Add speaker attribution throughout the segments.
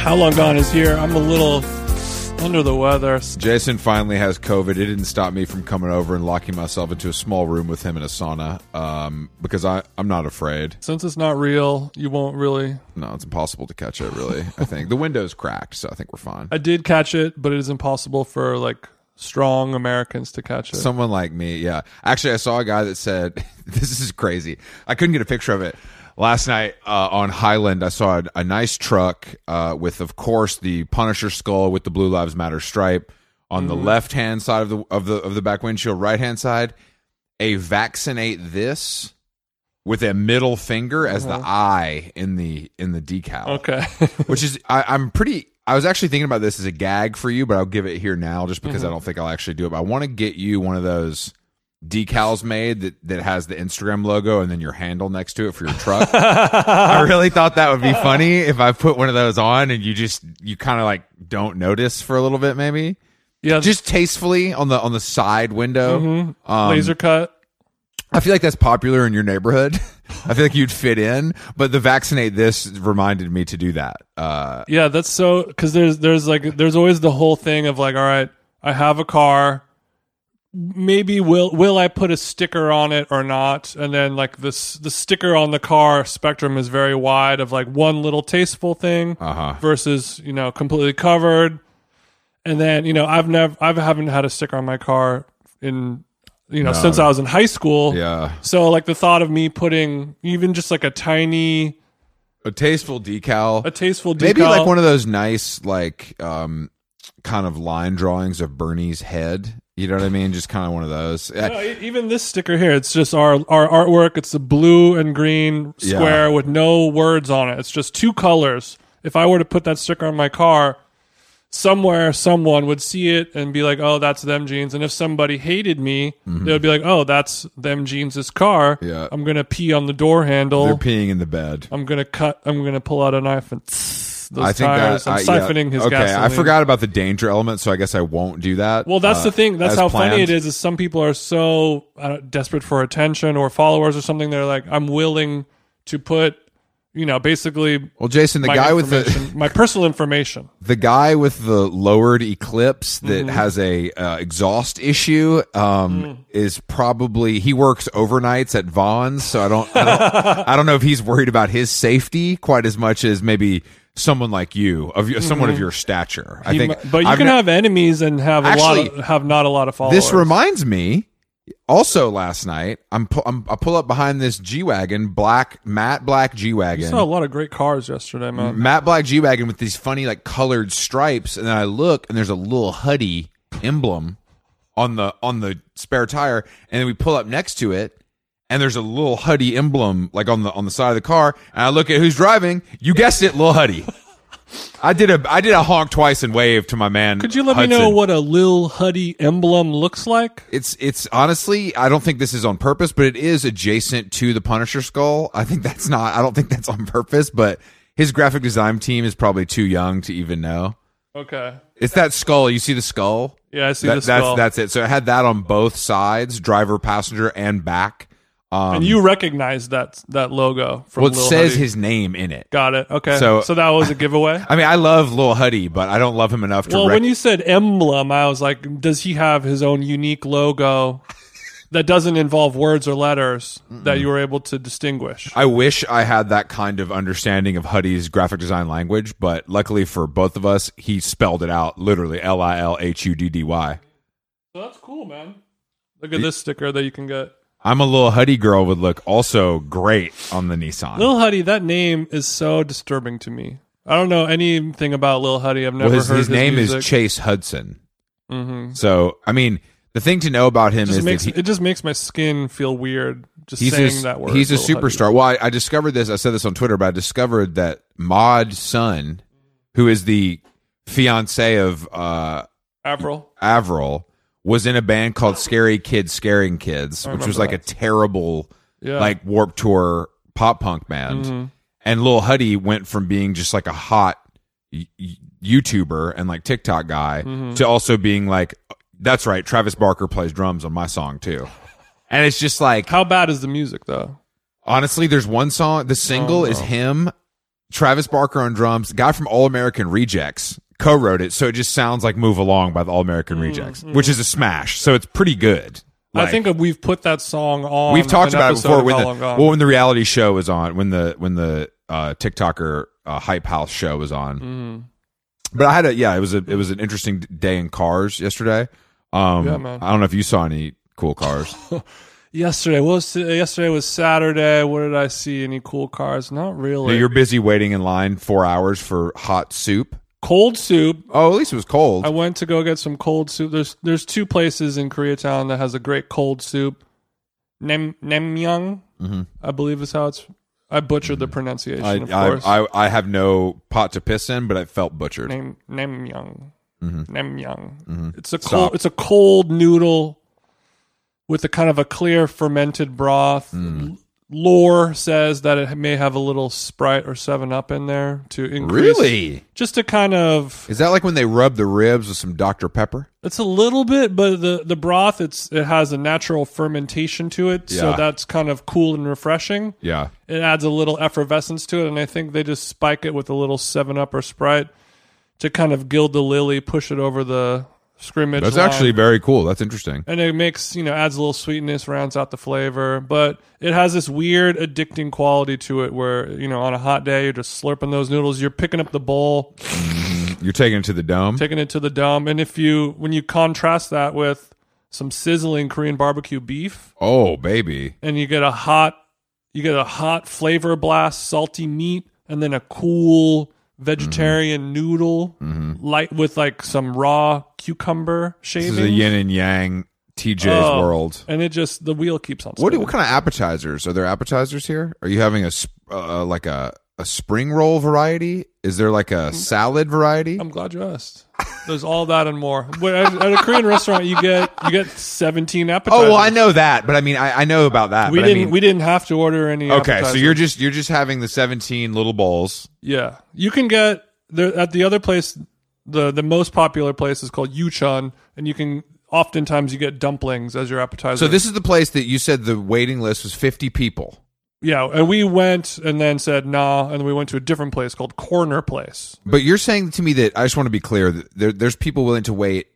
Speaker 1: How long gone is here? I'm a little under the weather.
Speaker 2: Jason finally has COVID. It didn't stop me from coming over and locking myself into a small room with him in a sauna um, because I, I'm not afraid.
Speaker 1: Since it's not real, you won't really.
Speaker 2: No, it's impossible to catch it, really. I think the window's cracked, so I think we're fine.
Speaker 1: I did catch it, but it is impossible for like strong Americans to catch it.
Speaker 2: Someone like me, yeah. Actually, I saw a guy that said, This is crazy. I couldn't get a picture of it. Last night uh, on Highland, I saw a, a nice truck uh, with, of course, the Punisher skull with the Blue Lives Matter stripe on the left hand side of the of the of the back windshield, right hand side, a vaccinate this with a middle finger as the eye in the in the decal
Speaker 1: okay.
Speaker 2: which is I, I'm pretty. I was actually thinking about this as a gag for you, but I'll give it here now just because I don't think I'll actually do it. But I want to get you one of those decals made that, that has the Instagram logo and then your handle next to it for your truck. I really thought that would be funny if I put one of those on and you just you kind of like don't notice for a little bit maybe.
Speaker 1: Yeah.
Speaker 2: Just tastefully on the on the side window. Um,
Speaker 1: laser cut.
Speaker 2: I feel like that's popular in your neighborhood. I feel like you'd fit in, but the vaccinate this reminded me to do that. Uh,
Speaker 1: Yeah, that's so because there's there's like there's always the whole thing of like, all right, I have a car. Maybe will will I put a sticker on it or not? And then like this the sticker on the car spectrum is very wide of like one little tasteful thing
Speaker 2: Uh-huh.
Speaker 1: versus you know completely covered. And then you know I've never I've haven't had a sticker on my car in you know since I was in high school.
Speaker 2: yeah.
Speaker 1: So like the thought of me putting even just like a tiny
Speaker 2: a tasteful decal,
Speaker 1: a tasteful decal,
Speaker 2: maybe like one of those nice like um kind of line drawings of Bernie's head. You know what I mean? Just kind of one of those. Uh,
Speaker 1: No, e- even this sticker here, it's just our, our artwork. It's the blue and green square with no words on it. It's just two colors. If I were to put that sticker on my car, somewhere someone would see it and be like, oh, that's them jeans. And if somebody hated me, they would be like, oh, that's them jeans' car.
Speaker 2: Mm-hmm. Yeah.
Speaker 1: I'm going to pee on the door handle.
Speaker 2: They're peeing in the bed.
Speaker 1: I'm going to cut, I'm going to pull out a knife and those
Speaker 2: I think
Speaker 1: tires.
Speaker 2: that
Speaker 1: I'm
Speaker 2: I- yeah.
Speaker 1: siphoning his
Speaker 2: Okay,
Speaker 1: gasoline.
Speaker 2: I forgot about the danger element, so I guess I won't do that.
Speaker 1: Well, that's
Speaker 2: uh,
Speaker 1: the thing. That's
Speaker 2: as
Speaker 1: how funny
Speaker 2: planned.
Speaker 1: it is. Is some people are so uh, desperate for attention or followers or something. They're like, I'm willing to put, you know, basically
Speaker 2: Well, Jason, the
Speaker 1: my
Speaker 2: guy with the
Speaker 1: information- my personal information.
Speaker 2: the guy with the lowered eclipse that
Speaker 1: Mm-hmm.
Speaker 2: has a uh, exhaust issue um,
Speaker 1: Mm.
Speaker 2: is probably he works overnights at Vaughn's, so I don't I don't, I don't know if he's worried about his safety quite as much as maybe someone like you of your someone of your stature. I
Speaker 1: You
Speaker 2: think,
Speaker 1: Mm-hmm. mi- but you
Speaker 2: I've
Speaker 1: can
Speaker 2: no-
Speaker 1: have enemies and have a lot
Speaker 2: Actually,
Speaker 1: of, have not a lot of followers.
Speaker 2: this reminds me. Also, last night I'm, pu- I'm I pull up behind this G wagon, black matte black G
Speaker 1: I saw a
Speaker 2: wagon.
Speaker 1: lot of great cars yesterday, man.
Speaker 2: Matte black G wagon with these funny like colored stripes, and then I look and there's a little Huddy emblem on the on the spare tire, and then we pull up next to it, and there's a little Huddy emblem like on the on the side of the car, and I look at who's driving. You guessed it, little Huddy. I did a I did a honk twice and wave to my man.
Speaker 1: Could you let
Speaker 2: Hudson.
Speaker 1: me know what a Lil Huddy emblem looks like?
Speaker 2: It's it's honestly, I don't think this is on purpose, but it is adjacent to the Punisher skull. I think that's not. I don't think that's on purpose, but his graphic design team is probably too young to even know.
Speaker 1: Okay.
Speaker 2: It's that skull. You see the skull?
Speaker 1: Yeah, I see
Speaker 2: That-
Speaker 1: the skull.
Speaker 2: That's that's it. So it had that on both sides, driver, passenger, and back. Um,
Speaker 1: and you recognize that that logo from
Speaker 2: well, it
Speaker 1: Lil
Speaker 2: says
Speaker 1: Huddy.
Speaker 2: his name in it.
Speaker 1: Got it. Okay.
Speaker 2: So-
Speaker 1: so that was a giveaway.
Speaker 2: I mean, I love Lil Huddy, but I don't love him enough to.
Speaker 1: Well,
Speaker 2: rec-
Speaker 1: when you said emblem, I was like, does he have his own unique logo that doesn't involve words or letters that you were able to distinguish?
Speaker 2: I wish I had that kind of understanding of Huddy's graphic design language, but luckily for both of us, he spelled it out literally L I L H U D D Y.
Speaker 1: So that's cool, man. Look at this sticker that you can get.
Speaker 2: I'm a little Huddy girl would look also great on the Nissan.
Speaker 1: Lil Huddy, that name is so disturbing to me. I don't know anything about Lil Huddy. I've never
Speaker 2: well, his,
Speaker 1: heard
Speaker 2: his name is
Speaker 1: music. Mm-hmm.
Speaker 2: Chase Hudson. So, I mean, the thing to know about him
Speaker 1: It just
Speaker 2: is
Speaker 1: makes
Speaker 2: that he,
Speaker 1: it just makes my skin feel weird just
Speaker 2: he's
Speaker 1: saying
Speaker 2: a,
Speaker 1: that word.
Speaker 2: he's a
Speaker 1: Lil Huddy.
Speaker 2: superstar. Well, I, I discovered this. I said this on Twitter, but I discovered that Maud Sun, who is the fiance of uh,
Speaker 1: Avril.
Speaker 2: Avril was in a band called Scary Kids Scaring Kids, which was like a terrible
Speaker 1: Yeah. Mm-hmm.
Speaker 2: like warp tour pop punk band. And Lil Huddy went from being just like a hot y- y- YouTuber and like TikTok guy to also being like that's right, Travis Barker plays drums on my song too. And it's just like
Speaker 1: How bad is the music though? Oh,
Speaker 2: honestly there's one song the single is him Travis Barker on drums, guy from All American Rejects co-wrote it, so it just sounds like "Move Along" by the All American Rejects, which is a smash. So it's pretty good.
Speaker 1: Mm-hmm. I
Speaker 2: Like,
Speaker 1: think we've put that song on.
Speaker 2: we've talked
Speaker 1: an
Speaker 2: about it
Speaker 1: episode
Speaker 2: before
Speaker 1: of
Speaker 2: when
Speaker 1: How
Speaker 2: the
Speaker 1: Long Gone.
Speaker 2: well when the reality show was on when the when the uh, TikToker uh, hype house show was on.
Speaker 1: Mm-hmm.
Speaker 2: But I had a yeah, it was a it was an interesting day in cars yesterday. Um,
Speaker 1: Yeah, man.
Speaker 2: I don't know if you saw any cool cars.
Speaker 1: yesterday was uh, yesterday was Saturday. What did I see? Any cool cars? Not really.
Speaker 2: You're busy waiting in line four hours for hot soup.
Speaker 1: cold soup.
Speaker 2: Oh, at least it was cold.
Speaker 1: I went to go get some cold soup. There's there's two places in Koreatown that has a great cold soup. Nem Nemyung, I believe is how it's. I butchered the pronunciation,
Speaker 2: Mm-hmm. I,
Speaker 1: of course.
Speaker 2: I, I, I have no pot to piss in, but I felt butchered.
Speaker 1: Nem Nemyung, Nemyung. It's a cold.
Speaker 2: Mm-hmm. Stop.
Speaker 1: It's a cold noodle with a kind of a clear fermented broth.
Speaker 2: Mm.
Speaker 1: L- Lore says that it may have a little Sprite or Seven Up in there to increase.
Speaker 2: Really?
Speaker 1: Just to kind of
Speaker 2: Is that like when they rub the ribs with some Dr. Pepper?
Speaker 1: It's a little bit, but the the broth it's it has a natural fermentation to it, so
Speaker 2: Yeah.
Speaker 1: that's kind of cool and refreshing.
Speaker 2: Yeah.
Speaker 1: It adds a little effervescence to it, and I think they just spike it with a little Seven Up or Sprite to kind of gild the lily, push it over the scrimmage.
Speaker 2: That's
Speaker 1: line.
Speaker 2: actually very cool. That's interesting.
Speaker 1: and it makes you know adds a little sweetness, rounds out the flavor, but it has this weird addicting quality to it, where you know on a hot day you're just slurping those noodles, you're picking up the bowl.
Speaker 2: You're taking it to the dome.
Speaker 1: taking it to the dome. And if you when you contrast that with some sizzling Korean barbecue beef,
Speaker 2: oh, baby.
Speaker 1: and you get a hot you get a hot flavor blast, salty meat, and then a cool vegetarian
Speaker 2: Mm-hmm.
Speaker 1: noodle, light with like some raw cucumber
Speaker 2: This is a
Speaker 1: shaving,
Speaker 2: yin and yang TJ's
Speaker 1: Oh.
Speaker 2: world.
Speaker 1: and it just the wheel keeps on.
Speaker 2: What,
Speaker 1: spinning.
Speaker 2: what kind of appetizers? Are there appetizers here? Are you having a sp- uh, like a, a spring roll variety? Is there like
Speaker 1: Mm-hmm.
Speaker 2: a salad variety?
Speaker 1: I'm glad you asked. There's all that and more. But at, at a Korean restaurant, you get you get 17
Speaker 2: Oh
Speaker 1: appetizers.
Speaker 2: well, I know that, but I mean, I, I know about that.
Speaker 1: We
Speaker 2: but
Speaker 1: didn't
Speaker 2: I mean,
Speaker 1: we didn't have to order any.
Speaker 2: okay, so
Speaker 1: appetizers.
Speaker 2: you're just you're just having the seventeen little bowls.
Speaker 1: Yeah, you can get the at the other place. the The most popular place is called Yuchun, and you can oftentimes you get dumplings as your appetizer.
Speaker 2: So this is the place that you said the waiting list was fifty people.
Speaker 1: yeah, and we went and then said nah, and then we went to a different place called Corner Place.
Speaker 2: But you're saying to me that I just want to be clear that there, there's people willing to wait.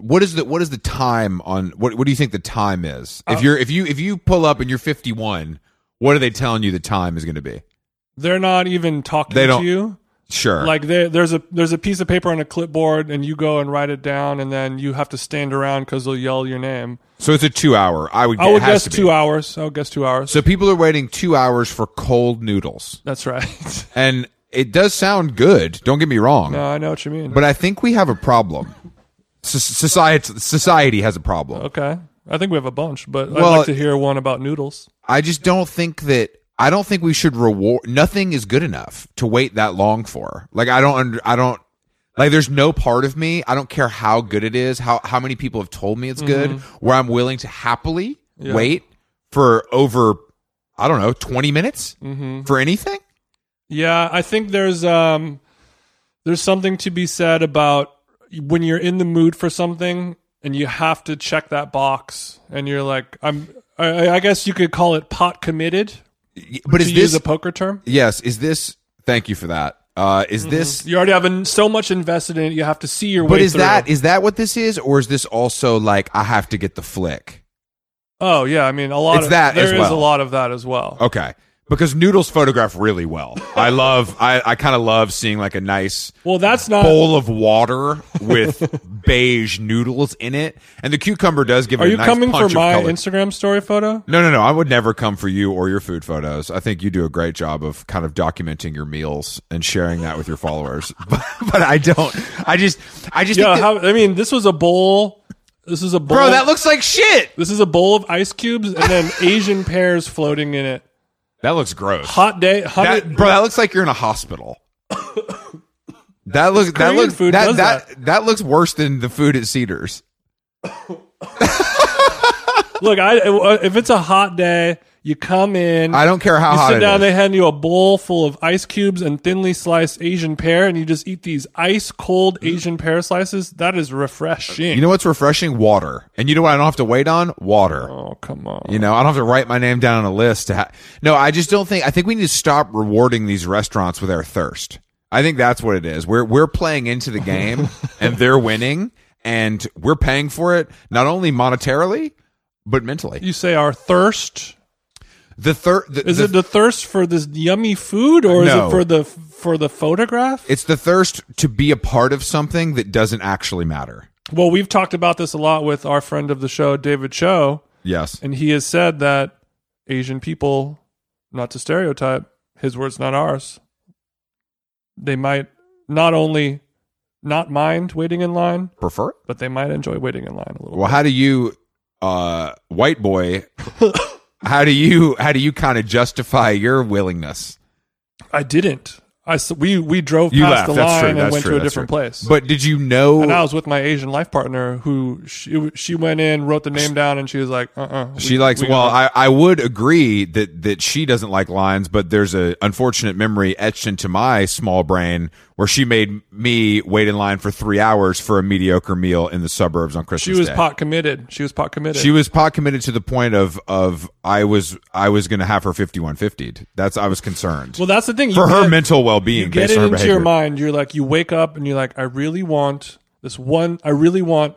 Speaker 2: What is the what is the time on what what do you think the time is?
Speaker 1: Uh,
Speaker 2: If you're if you if you pull up and you're 51, what are they telling you the time is going to be?
Speaker 1: They're not even talking
Speaker 2: They don't-
Speaker 1: to you.
Speaker 2: Sure.
Speaker 1: Like there, there's a there's a piece of paper on a clipboard, and you go and write it down, and then you have to stand around because they'll yell your name.
Speaker 2: so it's a 2 hour. I would,
Speaker 1: I would
Speaker 2: it has
Speaker 1: guess
Speaker 2: to be.
Speaker 1: two hours. I would guess two hours.
Speaker 2: So people are waiting 2 hours for cold noodles.
Speaker 1: That's right.
Speaker 2: And it does sound good, don't get me wrong,
Speaker 1: no, I know what you mean.
Speaker 2: but I think we have a problem. S- society society has a problem.
Speaker 1: okay, I think we have a bunch, but I'd
Speaker 2: Well-
Speaker 1: like to hear one about noodles.
Speaker 2: I just don't think that I don't think we should reward nothing is good enough to wait that long for. Like I don't under, I don't like there's no part of me, I don't care how good it is, how how many people have told me it's good,
Speaker 1: Mm-hmm.
Speaker 2: where I'm willing to happily wait for over I don't know, 20 minutes
Speaker 1: Mm-hmm.
Speaker 2: for anything?
Speaker 1: Yeah, I think there's um there's something to be said about when you're in the mood for something and you have to check that box and you're like I'm I, I guess you could call it pot committed
Speaker 2: Y- But
Speaker 1: to
Speaker 2: is
Speaker 1: use
Speaker 2: this
Speaker 1: a Mm-hmm. poker term.
Speaker 2: Yes, is this Thank you for that. Uh is this
Speaker 1: You already have in- so much invested in it, you have to see your way
Speaker 2: But is
Speaker 1: through.
Speaker 2: that is that what this is or is this also like I have to get the flick?
Speaker 1: Oh yeah, I mean a lot
Speaker 2: It's
Speaker 1: of
Speaker 2: that
Speaker 1: there
Speaker 2: as
Speaker 1: is
Speaker 2: well.
Speaker 1: a lot of that as well.
Speaker 2: Okay. Because noodles photograph really well. I love I, I kinda love seeing like a nice
Speaker 1: Well, that's not
Speaker 2: bowl of water with beige noodles in it. And the cucumber does give it
Speaker 1: Are
Speaker 2: a
Speaker 1: you
Speaker 2: nice
Speaker 1: coming for
Speaker 2: punch of
Speaker 1: my
Speaker 2: color.
Speaker 1: Instagram story photo?
Speaker 2: no, no, no. I would never come for you or your food photos. I think you do a great job of kind of documenting your meals and sharing that with your followers. but, but I don't. I just, I just,
Speaker 1: Yeah,
Speaker 2: think that-
Speaker 1: how, I mean this was a bowl this is a bowl
Speaker 2: bro, that looks like shit.
Speaker 1: This is a bowl of ice cubes and then Asian pears floating in it.
Speaker 2: That looks gross.
Speaker 1: Hot day, hot
Speaker 2: That, bro, that looks like you're in a hospital. That looks that
Speaker 1: Korean
Speaker 2: looks
Speaker 1: food
Speaker 2: that,
Speaker 1: does
Speaker 2: that, that looks worse than the food at Cedars.
Speaker 1: look. I if it's a hot day, You come in.
Speaker 2: I don't care how
Speaker 1: you
Speaker 2: hot
Speaker 1: sit
Speaker 2: it
Speaker 1: down.
Speaker 2: is.
Speaker 1: They hand you a bowl full of ice cubes and thinly sliced Asian pear, and you just eat these ice cold Asian pear slices. That is refreshing.
Speaker 2: Mm-hmm. You know what's refreshing? Water. And you know what I don't have to wait on? Water.
Speaker 1: oh come on.
Speaker 2: You know, I don't have to write my name down on a list. To ha- no, I just don't think. I think we need to stop rewarding these restaurants with our thirst. I think that's what it is. We're we're playing into the game, and they're winning, and we're paying for it not only monetarily but mentally.
Speaker 1: You say our thirst.
Speaker 2: The third the,
Speaker 1: Is
Speaker 2: the-
Speaker 1: it the thirst for this yummy food, or is
Speaker 2: No.
Speaker 1: it for the for the photograph?
Speaker 2: It's the thirst to be a part of something that doesn't actually matter.
Speaker 1: Well, we've talked about this a lot with our friend of the show, David Cho,
Speaker 2: Yes.
Speaker 1: and he has said that Asian people, not to stereotype, his words, not ours, they might not only not mind waiting in line,
Speaker 2: Prefer. it?
Speaker 1: but they might enjoy waiting in line a little.
Speaker 2: Well, how do you, uh, white boy? how do you how do you kind of justify your willingness?
Speaker 1: I didn't. I s- we we drove
Speaker 2: You
Speaker 1: past
Speaker 2: laughed.
Speaker 1: the
Speaker 2: That's
Speaker 1: line
Speaker 2: true.
Speaker 1: and
Speaker 2: That's
Speaker 1: went
Speaker 2: true.
Speaker 1: to a
Speaker 2: That's
Speaker 1: different
Speaker 2: true.
Speaker 1: place.
Speaker 2: But did you know?
Speaker 1: and I was with my Asian life partner, who she she went in, wrote the name down, and she was like, "Uh, uh
Speaker 2: She likes. well, I, I would agree that that she doesn't like lines, but there's a unfortunate memory etched into my small brain where she made me wait in line for three hours for a mediocre meal in the suburbs on
Speaker 1: she
Speaker 2: Christmas.
Speaker 1: was
Speaker 2: Day.
Speaker 1: pot committed. She was pot committed.
Speaker 2: She was pot committed to the point of of I was I was going to have her fifty one fifty. That's I was concerned
Speaker 1: well, that's the thing. You
Speaker 2: for her
Speaker 1: get-
Speaker 2: mental well
Speaker 1: you
Speaker 2: being
Speaker 1: get
Speaker 2: based
Speaker 1: it
Speaker 2: on her
Speaker 1: into
Speaker 2: behavior.
Speaker 1: your mind. You're like, you wake up and you're like, I really want this one. I really want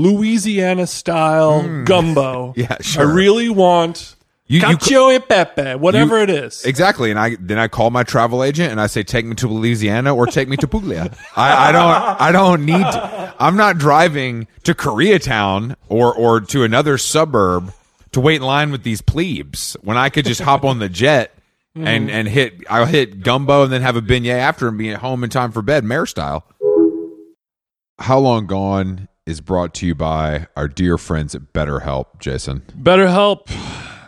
Speaker 1: Louisiana style gumbo.
Speaker 2: Hmm. Yeah, sure.
Speaker 1: I really want
Speaker 2: You- you
Speaker 1: cacio e pepe, whatever it is.
Speaker 2: Exactly, and I then I call my travel agent and I say, "Take me to Louisiana or take me to Puglia." I, I don't, I don't need. To, I'm not driving to Koreatown or or to another suburb to wait in line with these plebes when I could just hop on the jet and and hit. I'll hit gumbo and then have a beignet after and be at home in time for bed, mayor style. How long gone is brought to you by our dear friends at BetterHelp, Jason.
Speaker 1: BetterHelp,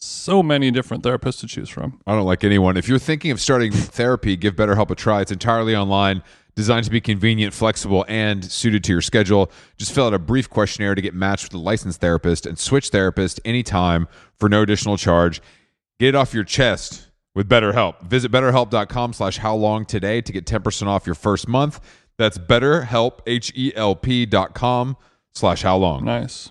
Speaker 1: so many different therapists to choose from.
Speaker 2: I don't like anyone. If you're thinking of starting therapy, give BetterHelp a try. It's entirely online, designed to be convenient, flexible, and suited to your schedule. Just fill out a brief questionnaire to get matched with a licensed therapist and switch therapist anytime for no additional charge. Get it off your chest with BetterHelp. Visit betterhelp.com slash how long today to get 10% off your first month. That's betterhelp, H-E-L-P dot com slash how long.
Speaker 1: Nice.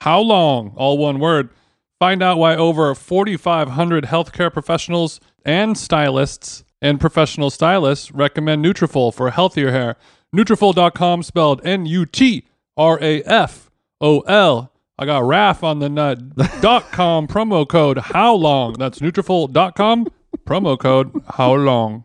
Speaker 1: How Long, all one word. Find out why over 4,500 healthcare professionals and stylists and professional stylists recommend Nutrafol for healthier hair. Nutrafol.com spelled N-U-T-R-A-F-O-L. I got RAF on the nut. dot com promo code how long. That's Nutrafol.com promo code how long.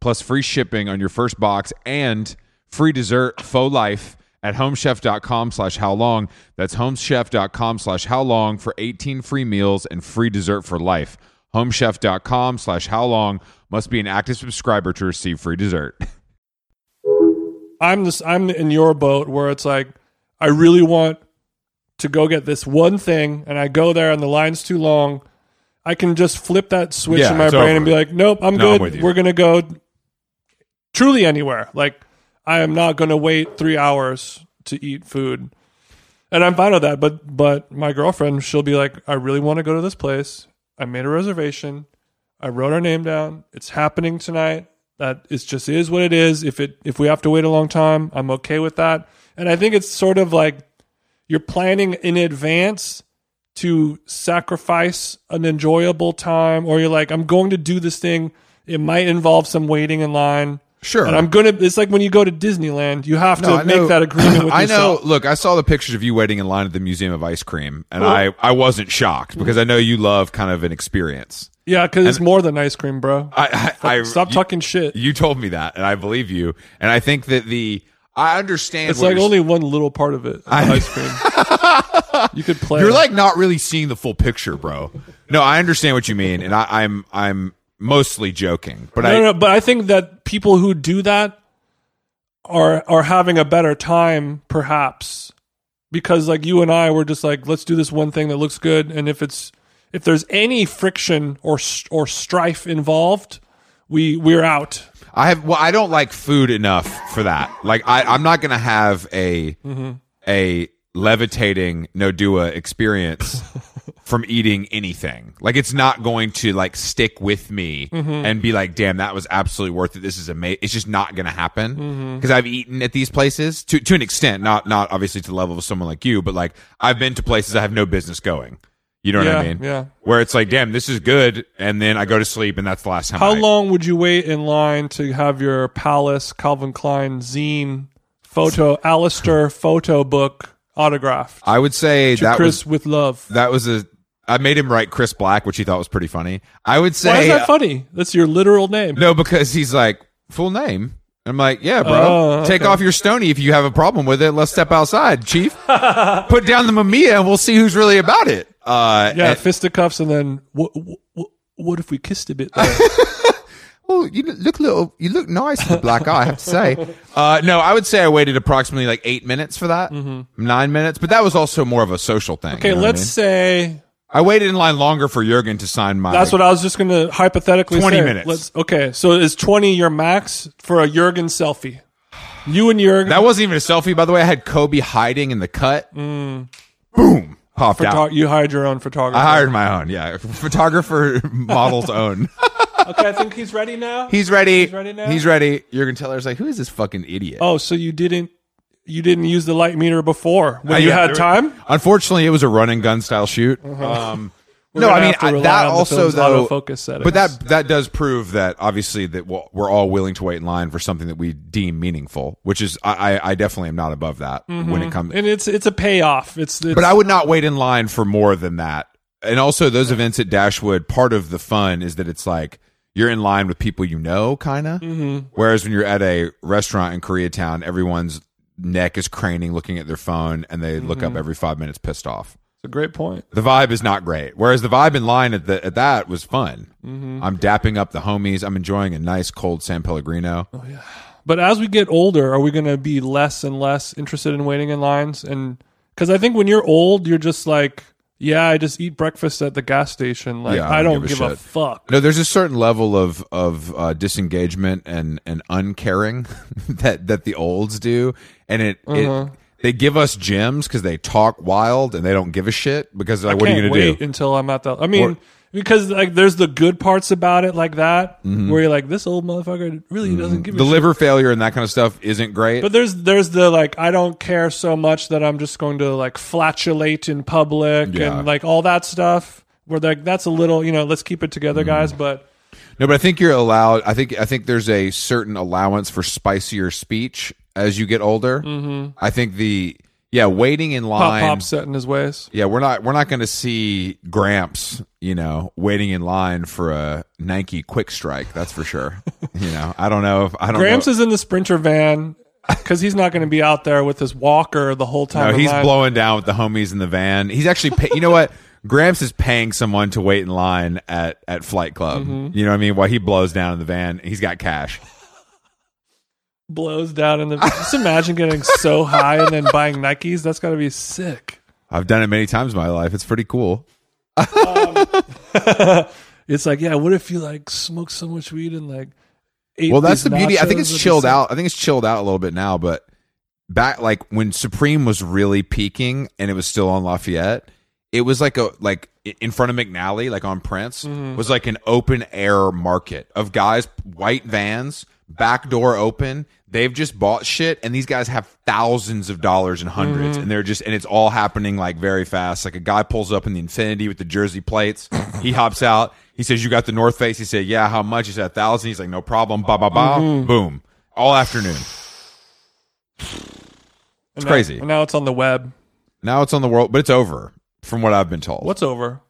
Speaker 2: plus free shipping on your first box and free dessert faux life at homechef.com slash how long. That's homechef.com slash how long for 18 free meals and free dessert for life. Homechef.com slash how long must be an active subscriber to receive free dessert.
Speaker 1: I'm this I'm in your boat where it's like I really want to go get this one thing and I go there and the line's too long. I can just flip that switch
Speaker 2: Yeah,
Speaker 1: in my
Speaker 2: it's
Speaker 1: brain
Speaker 2: over.
Speaker 1: and be like, "Nope, I'm
Speaker 2: No, I'm with
Speaker 1: good.
Speaker 2: you.
Speaker 1: We're going to go truly anywhere." Like I am not going to wait 3 hours to eat food. And I'm fine with that, but but my girlfriend, she'll be like, "I really want to go to this place. I made a reservation. I wrote our name down. It's happening tonight. That is just is what it is. If it if we have to wait a long time, I'm okay with that. And I think it's sort of like you're planning in advance to sacrifice an enjoyable time, or you're like, I'm going to do this thing. It might involve some waiting in line.
Speaker 2: Sure.
Speaker 1: And I'm gonna it's like when you go to Disneyland, you have
Speaker 2: No,
Speaker 1: to
Speaker 2: I
Speaker 1: make
Speaker 2: know-
Speaker 1: that agreement with
Speaker 2: I
Speaker 1: yourself.
Speaker 2: know. Look, I saw the pictures of you waiting in line at the Museum of Ice Cream,
Speaker 1: Oh.
Speaker 2: and I, I wasn't shocked because I know you love kind of an experience.
Speaker 1: Yeah, because it's more than ice cream, bro.
Speaker 2: I, I, I
Speaker 1: Stop
Speaker 2: you-
Speaker 1: talking shit.
Speaker 2: You told me that, and I believe you. And I think that the I understand.
Speaker 1: it's
Speaker 2: what
Speaker 1: like
Speaker 2: you're-
Speaker 1: only one little part of it. of ice cream. you could play.
Speaker 2: You're like not really seeing the full picture, bro. No, I understand what you mean, and I, I'm I'm mostly joking, but I
Speaker 1: no, no, no, but I think that people who do that are are having a better time, perhaps, because like you and I were just like, let's do this one thing that looks good, and if it's if there's any friction or s- or strife involved, we we're out.
Speaker 2: I have well, I don't like food enough for that. Like I, I'm not gonna have a a levitating no Nodua experience from eating anything. Like it's not going to like stick with me
Speaker 1: Mm-hmm.
Speaker 2: and be like, damn, that was absolutely worth it. This is amazing. It's just not gonna happen
Speaker 1: Mm-hmm.
Speaker 2: because I've eaten at these places to to an extent, not not obviously to the level of someone like you, but like I've been to places I have no business going. You know what I
Speaker 1: Yeah,
Speaker 2: mean?
Speaker 1: yeah.
Speaker 2: Where it's like, damn, this is good, and then I go to sleep, and that's the last time.
Speaker 1: How
Speaker 2: I ate.
Speaker 1: long would you wait in line to have your Palace Calvin Klein zine photo, Alistair photo book autographed?
Speaker 2: I would say
Speaker 1: To
Speaker 2: that was
Speaker 1: Chris with love.
Speaker 2: That was a. I made him write Chris Black, which he thought was pretty funny. I would say
Speaker 1: Why is that funny? That's your literal name.
Speaker 2: uh, no, because he's like full name. I'm like, yeah, bro.
Speaker 1: Oh,
Speaker 2: Take off your stony if you have a problem with it. Let's step outside, chief. Put down the mamiya, and we'll see who's really about it. Uh,
Speaker 1: Yeah,
Speaker 2: and-
Speaker 1: fisticuffs, and then what? What, what if we kissed a bit? There?
Speaker 2: Oh, you look a little. You look nice with the black eye. I have to say. Uh, no, I would say I waited approximately like eight minutes for that, nine minutes. But that was also more of a social thing.
Speaker 1: Mm-hmm. okay, let's say
Speaker 2: I, waited in line longer for Jurgen to sign my.
Speaker 1: that's what I was just going to hypothetically.
Speaker 2: 20
Speaker 1: say.
Speaker 2: minutes.
Speaker 1: Let's, okay, so is twenty your max for a Jurgen selfie? You and Jurgen.
Speaker 2: That wasn't even a selfie, by the way. I had Kobe hiding in the cut. Boom. Popped
Speaker 1: photo-
Speaker 2: out.
Speaker 1: you hired your own photographer.
Speaker 2: I hired my own. Yeah. Photographer model's own.
Speaker 1: okay, I think he's ready now.
Speaker 2: He's ready. He's
Speaker 1: ready now?
Speaker 2: He's ready. Jurgen Teller's like, who is this fucking idiot?
Speaker 1: oh, so you didn't you didn't use the light meter before when
Speaker 2: I-
Speaker 1: you
Speaker 2: Uh, yeah,
Speaker 1: had
Speaker 2: there-
Speaker 1: time? Uh-huh.
Speaker 2: Unfortunately, it was a run and gun style shoot. Um,
Speaker 1: We're
Speaker 2: no,
Speaker 1: gonna
Speaker 2: I mean
Speaker 1: have to
Speaker 2: I-
Speaker 1: rely
Speaker 2: that
Speaker 1: on the
Speaker 2: also
Speaker 1: film's
Speaker 2: though.
Speaker 1: autofocus settings.
Speaker 2: but that that does prove that obviously that we'll- we're all willing to wait in line for something that we deem meaningful, which is I, I, I definitely am not
Speaker 1: Mm-hmm.
Speaker 2: above that when it comes.
Speaker 1: and it's it's a payoff. It's, it's
Speaker 2: But I would not wait in line for more than that and also those events at Dashwood, part of the fun is that it's like you're in line with people you know, kind of. Whereas when you're at a restaurant in Koreatown, everyone's neck is craning, looking at their phone, and they look up every five minutes, pissed off.
Speaker 1: It's a great point.
Speaker 2: The vibe is not great. Whereas the vibe in line at the at that was fun. I'm dapping up the homies. I'm enjoying a nice cold San Pellegrino.
Speaker 1: But as we get older, are we going to be less and less interested in waiting in lines? And because I think when you're old, you're just like, yeah, I just eat breakfast at the gas station. Like
Speaker 2: Yeah,
Speaker 1: I don't give, a,
Speaker 2: shit.
Speaker 1: fuck.
Speaker 2: No, there's a certain level of of uh, disengagement and and uncaring that that the olds do, and it,
Speaker 1: Mm-hmm.
Speaker 2: it they give us gems because they talk wild and they don't give a shit because they're like, what are you
Speaker 1: Can't
Speaker 2: gonna
Speaker 1: wait
Speaker 2: do?
Speaker 1: until I'm at the? I mean,
Speaker 2: Or-
Speaker 1: because like there's the good parts about it, like that, where you're like, this old motherfucker really doesn't give a
Speaker 2: Mm-hmm. The
Speaker 1: shit.
Speaker 2: liver failure and that kind of stuff isn't great.
Speaker 1: But there's there's the like I don't care so much that I'm just going to like flatulate in public
Speaker 2: Yeah.
Speaker 1: and like all that stuff. Where like that's a little you know let's keep it together,
Speaker 2: Mm-hmm.
Speaker 1: guys. But
Speaker 2: no, but I think you're allowed. I think I think there's a certain allowance for spicier speech as you get older. Mm-hmm. I think the yeah waiting in
Speaker 1: pop
Speaker 2: line.
Speaker 1: pop set in his ways.
Speaker 2: Yeah, we're not we're not going to see Gramps, you know, waiting in line for a Nike Quick Strike. That's for sure. you know, I don't know if I don't.
Speaker 1: Gramps
Speaker 2: know.
Speaker 1: is in the sprinter van because he's not going to be out there with his walker the whole time.
Speaker 2: No,
Speaker 1: in
Speaker 2: he's
Speaker 1: line.
Speaker 2: blowing down with the homies in the van. He's actually, pay, you know what? Gramps is paying someone to wait in line at at Flight Club.
Speaker 1: Mm-hmm.
Speaker 2: You know what I mean? While he blows down in the van, he's got cash.
Speaker 1: blows down in the. just imagine getting so high and then buying Nikes. That's got to be sick.
Speaker 2: I've done it many times in my life. It's pretty cool.
Speaker 1: It's like yeah, what if you like smoke so much weed and like. ate
Speaker 2: Well, that's
Speaker 1: these
Speaker 2: the beauty. I think
Speaker 1: nachos
Speaker 2: it's
Speaker 1: at the
Speaker 2: chilled
Speaker 1: same-
Speaker 2: out. I think it's chilled out a little bit now, but back like when Supreme was really peaking and it was still on Lafayette, it was like a like i- in front of McNally, like on Prince, was like an open air market of guys, white vans, back door open. They've just bought shit, and these guys have thousands of dollars and 100s and they're just and it's all happening like very fast. Like a guy pulls up in the Infinity with the jersey plates, he hops out. He says, "You got the North Face." He said, "Yeah, how much?" He said, "A thousand. He's like, "No problem." Ba ba ba. Boom. All afternoon.
Speaker 1: And
Speaker 2: It's
Speaker 1: now-
Speaker 2: crazy.
Speaker 1: and now it's on the web.
Speaker 2: Now it's on the world, but it's over from what I've been told.
Speaker 1: What's over?